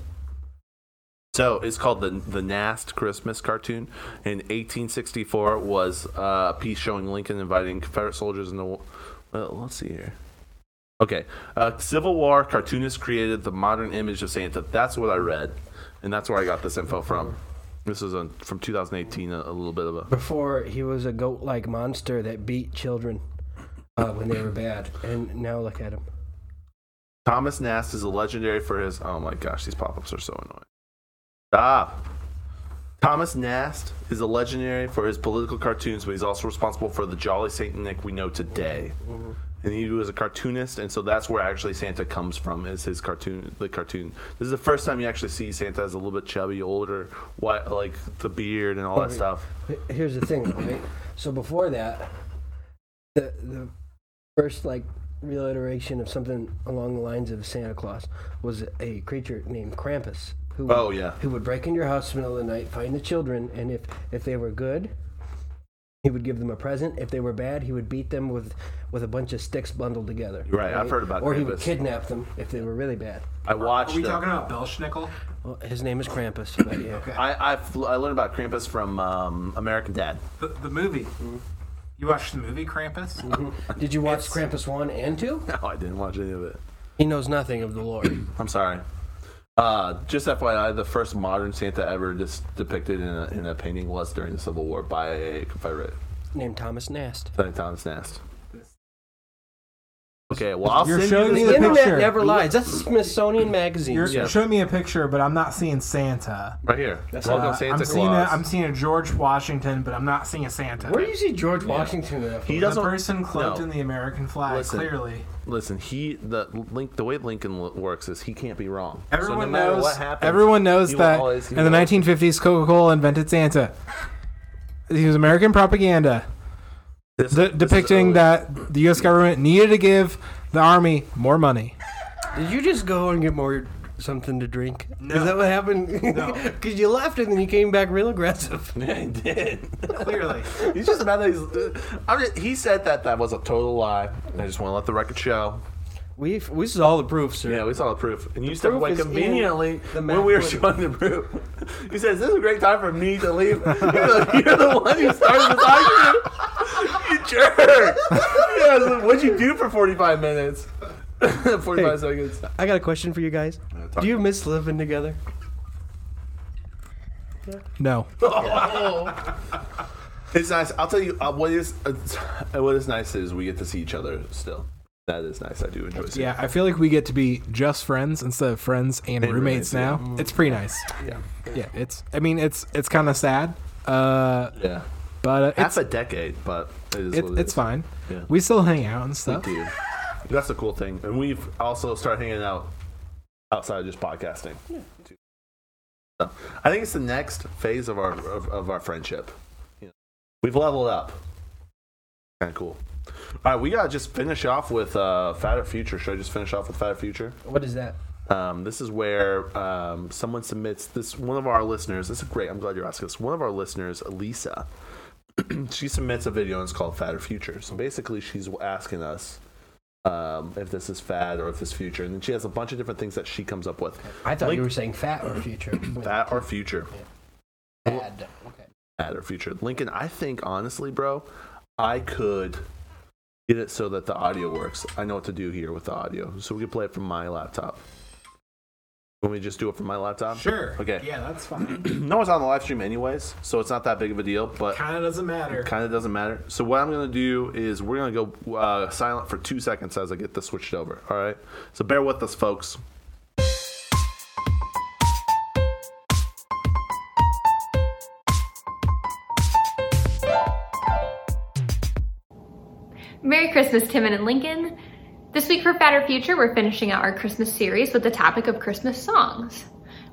[SPEAKER 1] So it's called the the Nast Christmas cartoon. In 1864, was uh, a piece showing Lincoln inviting Confederate soldiers in the. wa- Well, let's see here. Okay, uh, Civil War cartoonist created the modern image of Santa. That's what I read, and that's where I got this info from. This is on from 2018, a, a little bit of a.
[SPEAKER 3] Before, he was a goat like monster that beat children uh, when they were bad. And now look at him.
[SPEAKER 1] Thomas Nast is a legendary for his. Oh my gosh, these pop ups are so annoying. Stop. Thomas Nast is a legendary for his political cartoons, but he's also responsible for the Jolly Saint Nick we know today. And he was a cartoonist, and so that's where actually Santa comes from is his cartoon, the cartoon. This is the first time you actually see Santa as a little bit chubby, older, what like the beard and all that stuff.
[SPEAKER 3] H- Here's the thing, right? So before that, the, the first, like, real iteration of something along the lines of Santa Claus was a creature named Krampus. Who would-
[SPEAKER 1] Oh yeah,
[SPEAKER 3] who would break into your house in the middle of the night, find the children, and if if they were good, he would give them a present. If they were bad, he would beat them with with a bunch of sticks bundled together.
[SPEAKER 1] Right, I've heard about
[SPEAKER 3] Or he would
[SPEAKER 1] Krampus.
[SPEAKER 3] kidnap them if they were really bad.
[SPEAKER 1] I watched. the-
[SPEAKER 2] about Belschnickel?
[SPEAKER 3] Well, his name is Krampus, but yeah.
[SPEAKER 1] I, I fl- I learned about Krampus from um, American Dad. *laughs*
[SPEAKER 2] The, the movie. You watched the movie Krampus?
[SPEAKER 3] *laughs*
[SPEAKER 1] *laughs*
[SPEAKER 3] Did you watch Krampus one and two?
[SPEAKER 1] No, I didn't watch any of it.
[SPEAKER 3] He knows nothing of the Lord.
[SPEAKER 1] I'm sorry. Uh, just FYI, the first modern Santa ever dis- depicted in a, in a painting was during the Civil War by a Confederate,
[SPEAKER 3] named Thomas Nast.
[SPEAKER 1] St. Thomas Nast. Okay, well, I'll
[SPEAKER 2] You're
[SPEAKER 1] send
[SPEAKER 2] showing
[SPEAKER 1] you
[SPEAKER 2] me
[SPEAKER 1] this
[SPEAKER 3] The
[SPEAKER 2] the
[SPEAKER 3] internet
[SPEAKER 2] picture.
[SPEAKER 3] never lies. That's Smithsonian magazine.
[SPEAKER 2] You're
[SPEAKER 1] Yeah.
[SPEAKER 2] showing me a picture, but I'm not seeing Santa.
[SPEAKER 1] right here. Welcome,
[SPEAKER 2] Uh,
[SPEAKER 1] Santa
[SPEAKER 2] I'm
[SPEAKER 1] Claus.
[SPEAKER 2] seeing a, I'm seeing a George Washington, but I'm not seeing a Santa.
[SPEAKER 3] Where do you see George Washington? in that
[SPEAKER 1] he
[SPEAKER 3] photo?
[SPEAKER 2] the
[SPEAKER 1] doesn't
[SPEAKER 2] person cloaked
[SPEAKER 1] no.
[SPEAKER 2] in the American flag,
[SPEAKER 1] Listen.
[SPEAKER 2] clearly.
[SPEAKER 1] listen. He the link the way Lincoln lo- works is he can't be wrong. So
[SPEAKER 2] Everyone
[SPEAKER 1] no matter
[SPEAKER 2] knows.
[SPEAKER 1] what happens,
[SPEAKER 2] everyone knows
[SPEAKER 1] he will
[SPEAKER 2] that
[SPEAKER 1] always- he
[SPEAKER 2] in the
[SPEAKER 1] will always-
[SPEAKER 2] 1950s, Coca-Cola invented Santa. He was American propaganda
[SPEAKER 1] This-
[SPEAKER 2] de-
[SPEAKER 1] this is
[SPEAKER 2] depicting
[SPEAKER 1] early. *laughs*
[SPEAKER 2] that the U.S. government needed to give the army more money.
[SPEAKER 3] Did you just go and get more something to drink? Is that what happened? *laughs* No. Because you left and then you came back real aggressive.
[SPEAKER 1] I did.
[SPEAKER 2] Clearly,
[SPEAKER 1] *laughs* He's just mad that he's. I'm just, he said that that was a total lie. and I just want to let the record show.
[SPEAKER 3] We we saw the proof, sir.
[SPEAKER 1] Yeah, we saw the proof, and you stepped
[SPEAKER 3] proof
[SPEAKER 1] away
[SPEAKER 3] is in
[SPEAKER 1] conveniently
[SPEAKER 3] the
[SPEAKER 1] when we were
[SPEAKER 3] Mac
[SPEAKER 1] showing the proof. He says, "This is a great time for me to leave." *laughs* You're the, you're the one who started this argument. *laughs* You jerk! Yeah, so what'd you do for 45 minutes? *laughs* 45
[SPEAKER 3] Hey.
[SPEAKER 1] seconds.
[SPEAKER 3] I got a question for you guys.
[SPEAKER 1] talk.
[SPEAKER 3] Do you miss living together?
[SPEAKER 2] no.
[SPEAKER 1] It's nice. I'll tell you uh, what is uh, what is nice is we get to see each other still. That is nice. I do enjoy seeing.
[SPEAKER 2] Yeah, I feel like we get to be just friends instead of friends and,
[SPEAKER 1] roommates,
[SPEAKER 2] roommates,
[SPEAKER 1] yeah.
[SPEAKER 2] now. It's pretty nice.
[SPEAKER 1] Mm-hmm. Yeah.
[SPEAKER 2] Yeah, it's. I mean, it's it's kind of sad, uh,
[SPEAKER 1] Yeah.
[SPEAKER 2] but uh,
[SPEAKER 1] Half
[SPEAKER 2] it's
[SPEAKER 1] a decade, but it is
[SPEAKER 2] it,
[SPEAKER 1] what it
[SPEAKER 2] it's
[SPEAKER 1] is.
[SPEAKER 2] fine.
[SPEAKER 1] Yeah.
[SPEAKER 2] We still hang out and stuff.
[SPEAKER 1] We do. That's the cool thing. And we've also started hanging out outside of just podcasting. too. So, I think it's the next phase of our of, of our friendship. You know, we've leveled up. Kind of cool. All right, we gotta just finish off with uh, Fatter Future. Should I just finish off with Fatter Future?
[SPEAKER 3] What is that?
[SPEAKER 1] Um, this is where um, someone submits this. One of our listeners. This is great. I'm glad you're asking this. One of our listeners, Lisa, *clears throat* she submits a video and it's called "Fad or Future." So basically, she's asking us um, if this is fad or if it's future, and then she has a bunch of different things that she comes up with.
[SPEAKER 3] I thought
[SPEAKER 1] Link-
[SPEAKER 3] you were saying fat or future.
[SPEAKER 1] Fad or future,
[SPEAKER 3] Fad. Okay.
[SPEAKER 1] fad or future. Lincoln, I think honestly, bro, I could get it so that the audio works. I know what to do here with the audio, so we can play it from my laptop. Can we just do it from my laptop? Okay.
[SPEAKER 2] Yeah,
[SPEAKER 1] *clears throat*
[SPEAKER 2] that's fine.
[SPEAKER 1] no one's on the live stream anyways, so it's not that big of a deal, but
[SPEAKER 2] kind of doesn't matter.
[SPEAKER 1] kind of doesn't matter. So what I'm gonna do is we're gonna go uh, silent for two seconds as I get this switched over. All right. So bear with us, folks.
[SPEAKER 7] Merry Christmas, Tim and Lincoln. This week for Fatter Future, we're finishing out our Christmas series with the topic of Christmas songs.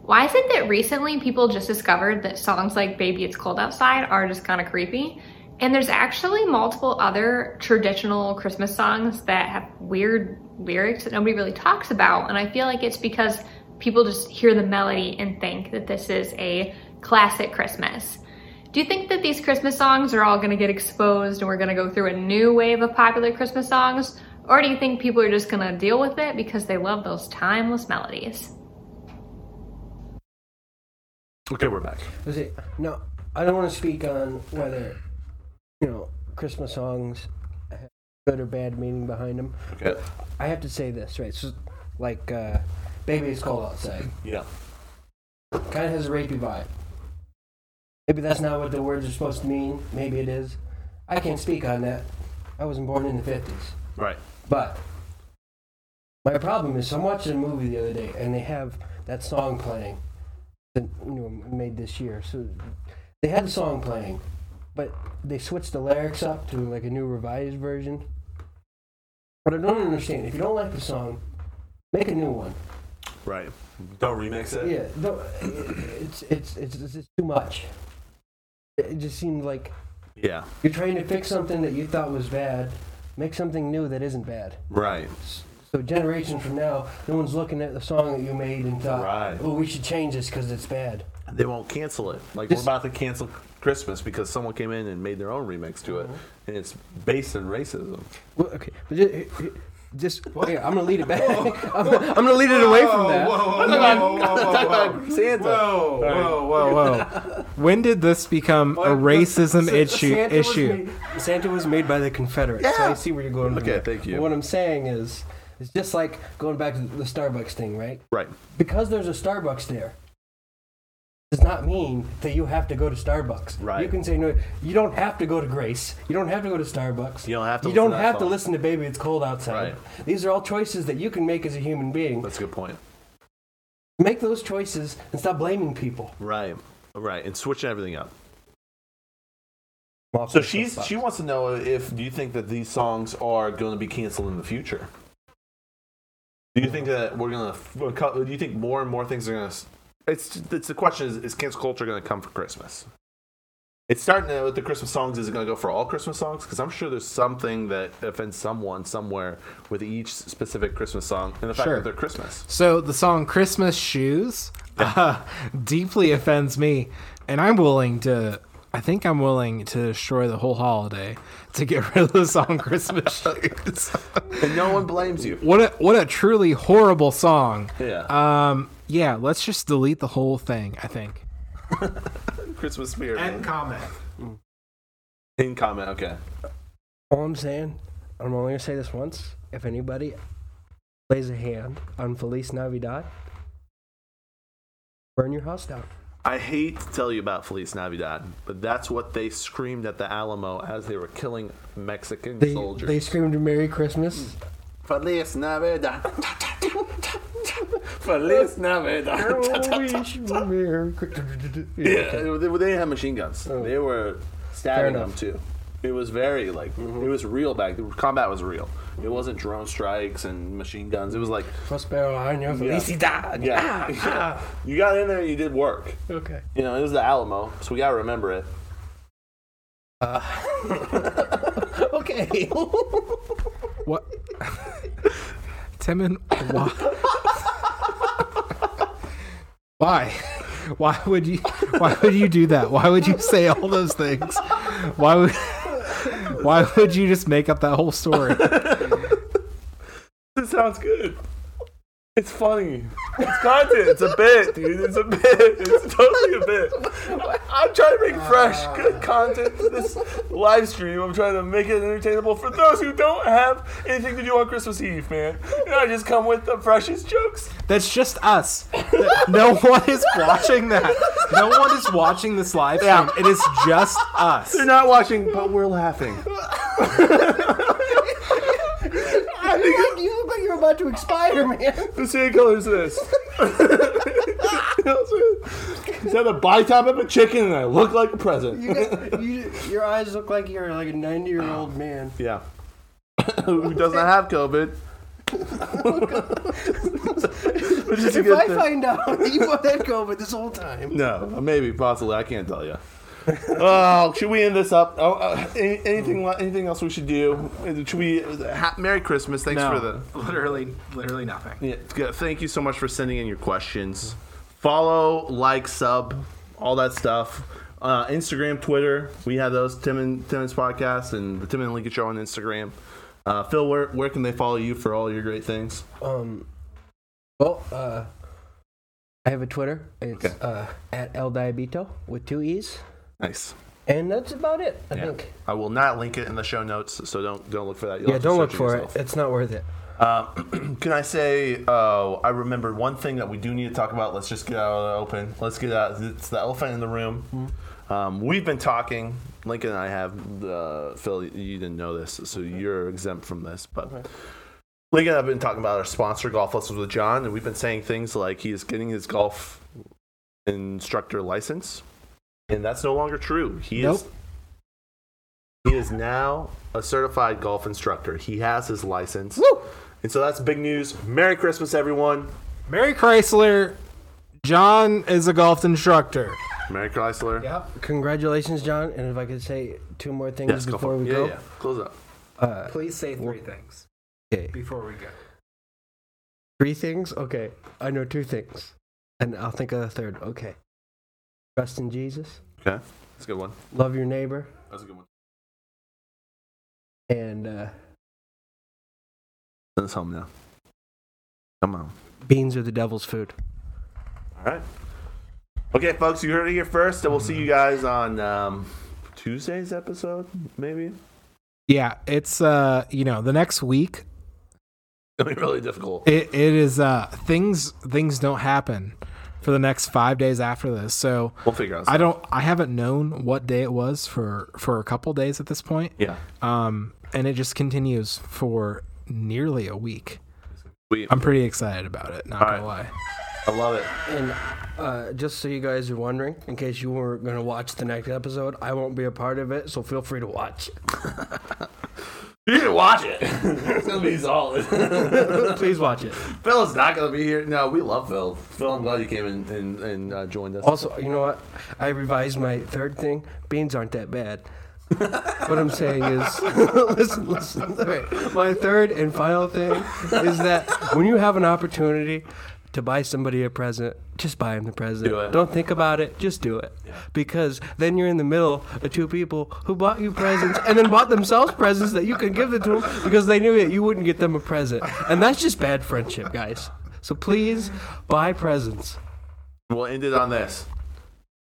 [SPEAKER 7] Why is it that recently people just discovered that songs like Baby It's Cold Outside are just kind of creepy? And there's actually multiple other traditional Christmas songs that have weird lyrics that nobody really talks about. And I feel like it's because people just hear the melody and think that this is a classic Christmas. Do you think that these Christmas songs are all going to get exposed and we're going to go through a new wave of popular Christmas songs? Or do you think people are just going to deal with it because they love those timeless melodies?
[SPEAKER 1] Okay, we're back.
[SPEAKER 3] Was it? No, I don't want to speak on whether you know Christmas songs have good or bad meaning behind them.
[SPEAKER 1] Okay.
[SPEAKER 3] I have to say this, right? So, like, uh, "Baby It's Cold Outside"
[SPEAKER 1] Yeah.
[SPEAKER 3] kind of has a rapey vibe. Maybe that's not what the words are supposed to mean. Maybe it is. I can't speak on that. I wasn't born in the fifties.
[SPEAKER 1] Right.
[SPEAKER 3] But my problem is, I'm watching a movie the other day, and they have that song playing that you know made this year. So they had the song playing, but they switched the lyrics up to like a new revised version. But I don't understand. If you don't like the song, make a new one.
[SPEAKER 1] Right. Don't remix
[SPEAKER 3] Yeah, don't, it's, it's it's it's just too much. It it just seemed like
[SPEAKER 1] Yeah.
[SPEAKER 3] you're trying to fix something that you thought was bad. Make something new that isn't bad.
[SPEAKER 1] Right.
[SPEAKER 3] So generations from now, no one's looking at the song that you made and thought,
[SPEAKER 1] Right.
[SPEAKER 3] "Oh, we should change this because it's bad."
[SPEAKER 1] They won't cancel it. Like
[SPEAKER 3] This-
[SPEAKER 1] we're about to cancel Christmas because someone came in and made their own remix to
[SPEAKER 2] Uh-huh.
[SPEAKER 1] it, and it's based in racism.
[SPEAKER 3] Well, okay, but just, just here, I'm gonna lead it back. I'm, *laughs* I'm gonna lead it away from that.
[SPEAKER 1] Talk about Santa.
[SPEAKER 2] Whoa, whoa, whoa, whoa! when did this become a racism issue?
[SPEAKER 3] *laughs* Santa
[SPEAKER 2] issue.
[SPEAKER 3] Was made, Santa was made by the Confederates. So I
[SPEAKER 1] Yeah.
[SPEAKER 3] see where you're going. with
[SPEAKER 1] Okay,
[SPEAKER 3] that.
[SPEAKER 1] thank you.
[SPEAKER 3] But what I'm saying is, it's just like going back to the Starbucks thing, right?
[SPEAKER 1] Right.
[SPEAKER 3] Because there's a Starbucks there. Does not mean that you have to go to Starbucks.
[SPEAKER 1] Right.
[SPEAKER 3] You can say no. You don't have to go to Grace. You don't have to go to Starbucks.
[SPEAKER 1] You don't have to
[SPEAKER 3] You
[SPEAKER 1] listen
[SPEAKER 3] don't
[SPEAKER 1] to that
[SPEAKER 3] have to
[SPEAKER 1] song.
[SPEAKER 3] listen to "Baby It's Cold Outside."
[SPEAKER 1] Right.
[SPEAKER 3] These are all choices that you can make as a human being.
[SPEAKER 1] That's a good point.
[SPEAKER 3] Make those choices and stop blaming people.
[SPEAKER 1] Right. Right. And switching everything up. So she's she wants to know if do you think that these songs are going to be canceled in the future? Do you think that we're going to? Do you think more and more things are going to? It's it's the question is is cancel culture going to come for Christmas? It's starting to, with the Christmas songs. Is it going to go for all Christmas songs? Because I'm sure there's something that offends someone somewhere with each specific Christmas song and the fact
[SPEAKER 2] Sure.
[SPEAKER 1] that they're Christmas.
[SPEAKER 2] So the song "Christmas Shoes" uh, deeply offends me, and I'm willing to. I think I'm willing to destroy the whole holiday to get rid of the song
[SPEAKER 1] *laughs*
[SPEAKER 2] "Christmas Shoes."
[SPEAKER 1] And no one blames you.
[SPEAKER 2] what a what a truly horrible song.
[SPEAKER 1] Yeah.
[SPEAKER 2] Um. Yeah. Let's just delete the whole thing. I think.
[SPEAKER 1] Christmas spirit.
[SPEAKER 2] comment.
[SPEAKER 1] In comment, okay.
[SPEAKER 3] All I'm saying, I'm only gonna say this once. If anybody lays a hand on Feliz Navidad, burn your house down.
[SPEAKER 1] I hate to tell you about Feliz Navidad, but that's what they screamed at the Alamo as they were killing Mexican
[SPEAKER 3] They,
[SPEAKER 1] soldiers. Mm.
[SPEAKER 3] they screamed "Merry Christmas."
[SPEAKER 1] Feliz Navidad. Feliz
[SPEAKER 3] *laughs*
[SPEAKER 1] Navidad.
[SPEAKER 3] Merry Christmas.
[SPEAKER 1] yeah, they, they had machine guns. They were stabbing
[SPEAKER 3] Oh. Fair
[SPEAKER 1] them
[SPEAKER 3] enough. Mm-hmm.
[SPEAKER 1] too. It was very like it was real back. The combat was real. It wasn't drone strikes and machine guns. It was like
[SPEAKER 3] Prospero año felicidad.
[SPEAKER 1] yeah,
[SPEAKER 3] Ah,
[SPEAKER 1] yeah. *laughs* you got in there, and you did work.
[SPEAKER 3] Okay.
[SPEAKER 1] You know, it was the Alamo, so we gotta remember it.
[SPEAKER 3] Okay.
[SPEAKER 2] *laughs*
[SPEAKER 3] *laughs*
[SPEAKER 2] What? *laughs* Timon, why? *laughs* why? Why would you? Why would you do that? Why would you say all those things? Why would? *laughs* Why would you just make up that whole story?
[SPEAKER 1] This sounds good. It's funny. It's content. It's a bit, dude. It's a bit. It's totally a bit. I'm trying to make fresh, good content for this live stream. I'm trying to make it entertainable for those who don't have anything to do on Christmas Eve, man. And I just come with the freshest jokes.
[SPEAKER 2] That's just us. No one is watching that. No one is watching this live stream. It is just us.
[SPEAKER 1] They're not watching, but we're laughing.
[SPEAKER 3] you look like you're about to expire, man.
[SPEAKER 1] The same color as this. *laughs* Is that a bite top of a chicken and I look like a present?
[SPEAKER 3] You got- you- your eyes look like you're like a 90 year
[SPEAKER 1] Ah.
[SPEAKER 3] old man. *coughs*
[SPEAKER 1] Yeah. Who does not have
[SPEAKER 3] *laughs*
[SPEAKER 1] COVID? *laughs* Which is a
[SPEAKER 3] If
[SPEAKER 1] good
[SPEAKER 3] I
[SPEAKER 1] thing.
[SPEAKER 3] find out *laughs* that you have had COVID this whole time,
[SPEAKER 1] no, maybe, possibly. I can't tell
[SPEAKER 3] *laughs*
[SPEAKER 1] you. oh, should we end this up? Oh, uh, any, anything, li- anything else we should do? Uh, Should we? Ha- Merry Christmas! Thanks for the.
[SPEAKER 2] literally, literally nothing.
[SPEAKER 1] Yeah, good. thank you so much for sending in your questions. Follow, like, sub, all that stuff. Uh, Instagram, Twitter, we have those. Tim and Timmons podcast and the Tim and Lincoln show on Instagram. Uh, Phil, where where can they follow you for all your great things?
[SPEAKER 3] um, well, uh, I have a Twitter. It's
[SPEAKER 1] Okay.
[SPEAKER 3] uh, at El Diabito with two E's.
[SPEAKER 1] Nice.
[SPEAKER 3] And that's about it, I think.
[SPEAKER 1] I will not link it in the show notes, so don't don't look for that. You'll
[SPEAKER 3] Yeah,
[SPEAKER 1] have to
[SPEAKER 3] don't look
[SPEAKER 1] search
[SPEAKER 3] for
[SPEAKER 1] yourself.
[SPEAKER 3] it. It's not worth it.
[SPEAKER 1] Um, *clears throat* can I say? Uh, I remembered one thing that we do need to talk about. Let's just get out of the open. Let's get out. It's the elephant in the room. Um, we've been talking. Lincoln and I have. Uh, Phil, you didn't know this, so you're exempt from this. But Lincoln and I've been talking about our sponsor, golf lessons with John, and we've been saying things like he is getting his golf instructor license, and that's no longer true. He is.
[SPEAKER 2] Nope.
[SPEAKER 1] He is now a certified golf instructor. He has his license. And so that's big news. Merry Christmas, everyone.
[SPEAKER 2] Mary Chrysler, John is a golf instructor.
[SPEAKER 1] Merry Chrysler.
[SPEAKER 2] Yep.
[SPEAKER 3] Congratulations, John. And if I could say two more things
[SPEAKER 1] Yes, go for
[SPEAKER 3] before
[SPEAKER 1] it.
[SPEAKER 3] we
[SPEAKER 1] yeah,
[SPEAKER 3] go.
[SPEAKER 1] yeah. Close up.
[SPEAKER 3] Uh,
[SPEAKER 2] Please say three things
[SPEAKER 3] okay.
[SPEAKER 2] before we go.
[SPEAKER 3] Three things? Okay. I know two things. And I'll think of the third. Okay. Trust in Jesus.
[SPEAKER 1] Okay. That's a good one.
[SPEAKER 3] Love your neighbor.
[SPEAKER 1] That's a good one.
[SPEAKER 3] And uh,
[SPEAKER 1] Send us home now. Come on.
[SPEAKER 3] beans are the devil's food.
[SPEAKER 1] All right. Okay, folks, you heard it here first, and we'll see you guys on um, Tuesday's episode, maybe.
[SPEAKER 2] Yeah, it's uh, you know, the next week
[SPEAKER 1] It'll be really difficult.
[SPEAKER 2] it, it is uh things things don't happen for the next 5 days after this. So
[SPEAKER 1] We'll figure out.
[SPEAKER 2] I don't I haven't known what day it was for for a couple days at this point.
[SPEAKER 1] yeah.
[SPEAKER 2] Um and it just continues for nearly a week.
[SPEAKER 1] We,
[SPEAKER 2] I'm pretty excited about it, not
[SPEAKER 1] right.
[SPEAKER 2] gonna lie.
[SPEAKER 1] I love it.
[SPEAKER 3] And uh, just so you guys are wondering, in case you were *laughs* going to watch the next episode, I won't be a part of it, so feel free to watch.
[SPEAKER 1] You should watch it. *laughs* it's gonna be solid. *laughs*
[SPEAKER 2] Please watch it.
[SPEAKER 1] Phil's not gonna be here. No, we love Phil. Phil, I'm glad you came and and, and uh, joined us.
[SPEAKER 3] Also, you know what? I revised my third thing. Beans aren't that bad. what I'm saying is, *laughs* listen, listen. All right. My third and final thing is that when you have an opportunity to buy somebody a present, just buy them the present.
[SPEAKER 1] Do it.
[SPEAKER 3] Don't think about it. Just do it. Because then you're in the middle of two people who bought you presents and then bought themselves presents that you could give them to them because they knew that you wouldn't get them a present. And that's just bad friendship, guys. So please buy presents.
[SPEAKER 1] We'll end it on this.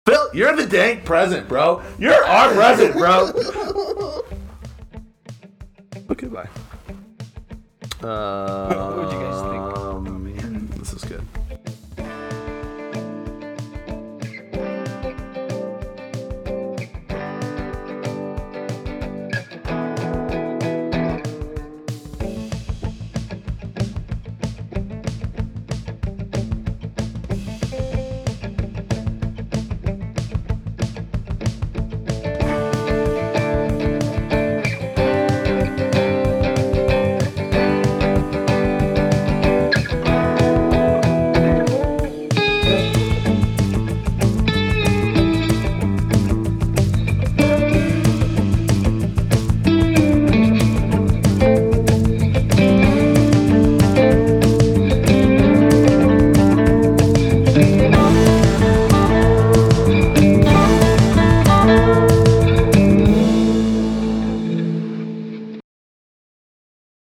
[SPEAKER 1] Phil, you're the dank present, bro. You're our present, bro. *laughs* okay, bye. Uh, Um,
[SPEAKER 3] What would you guys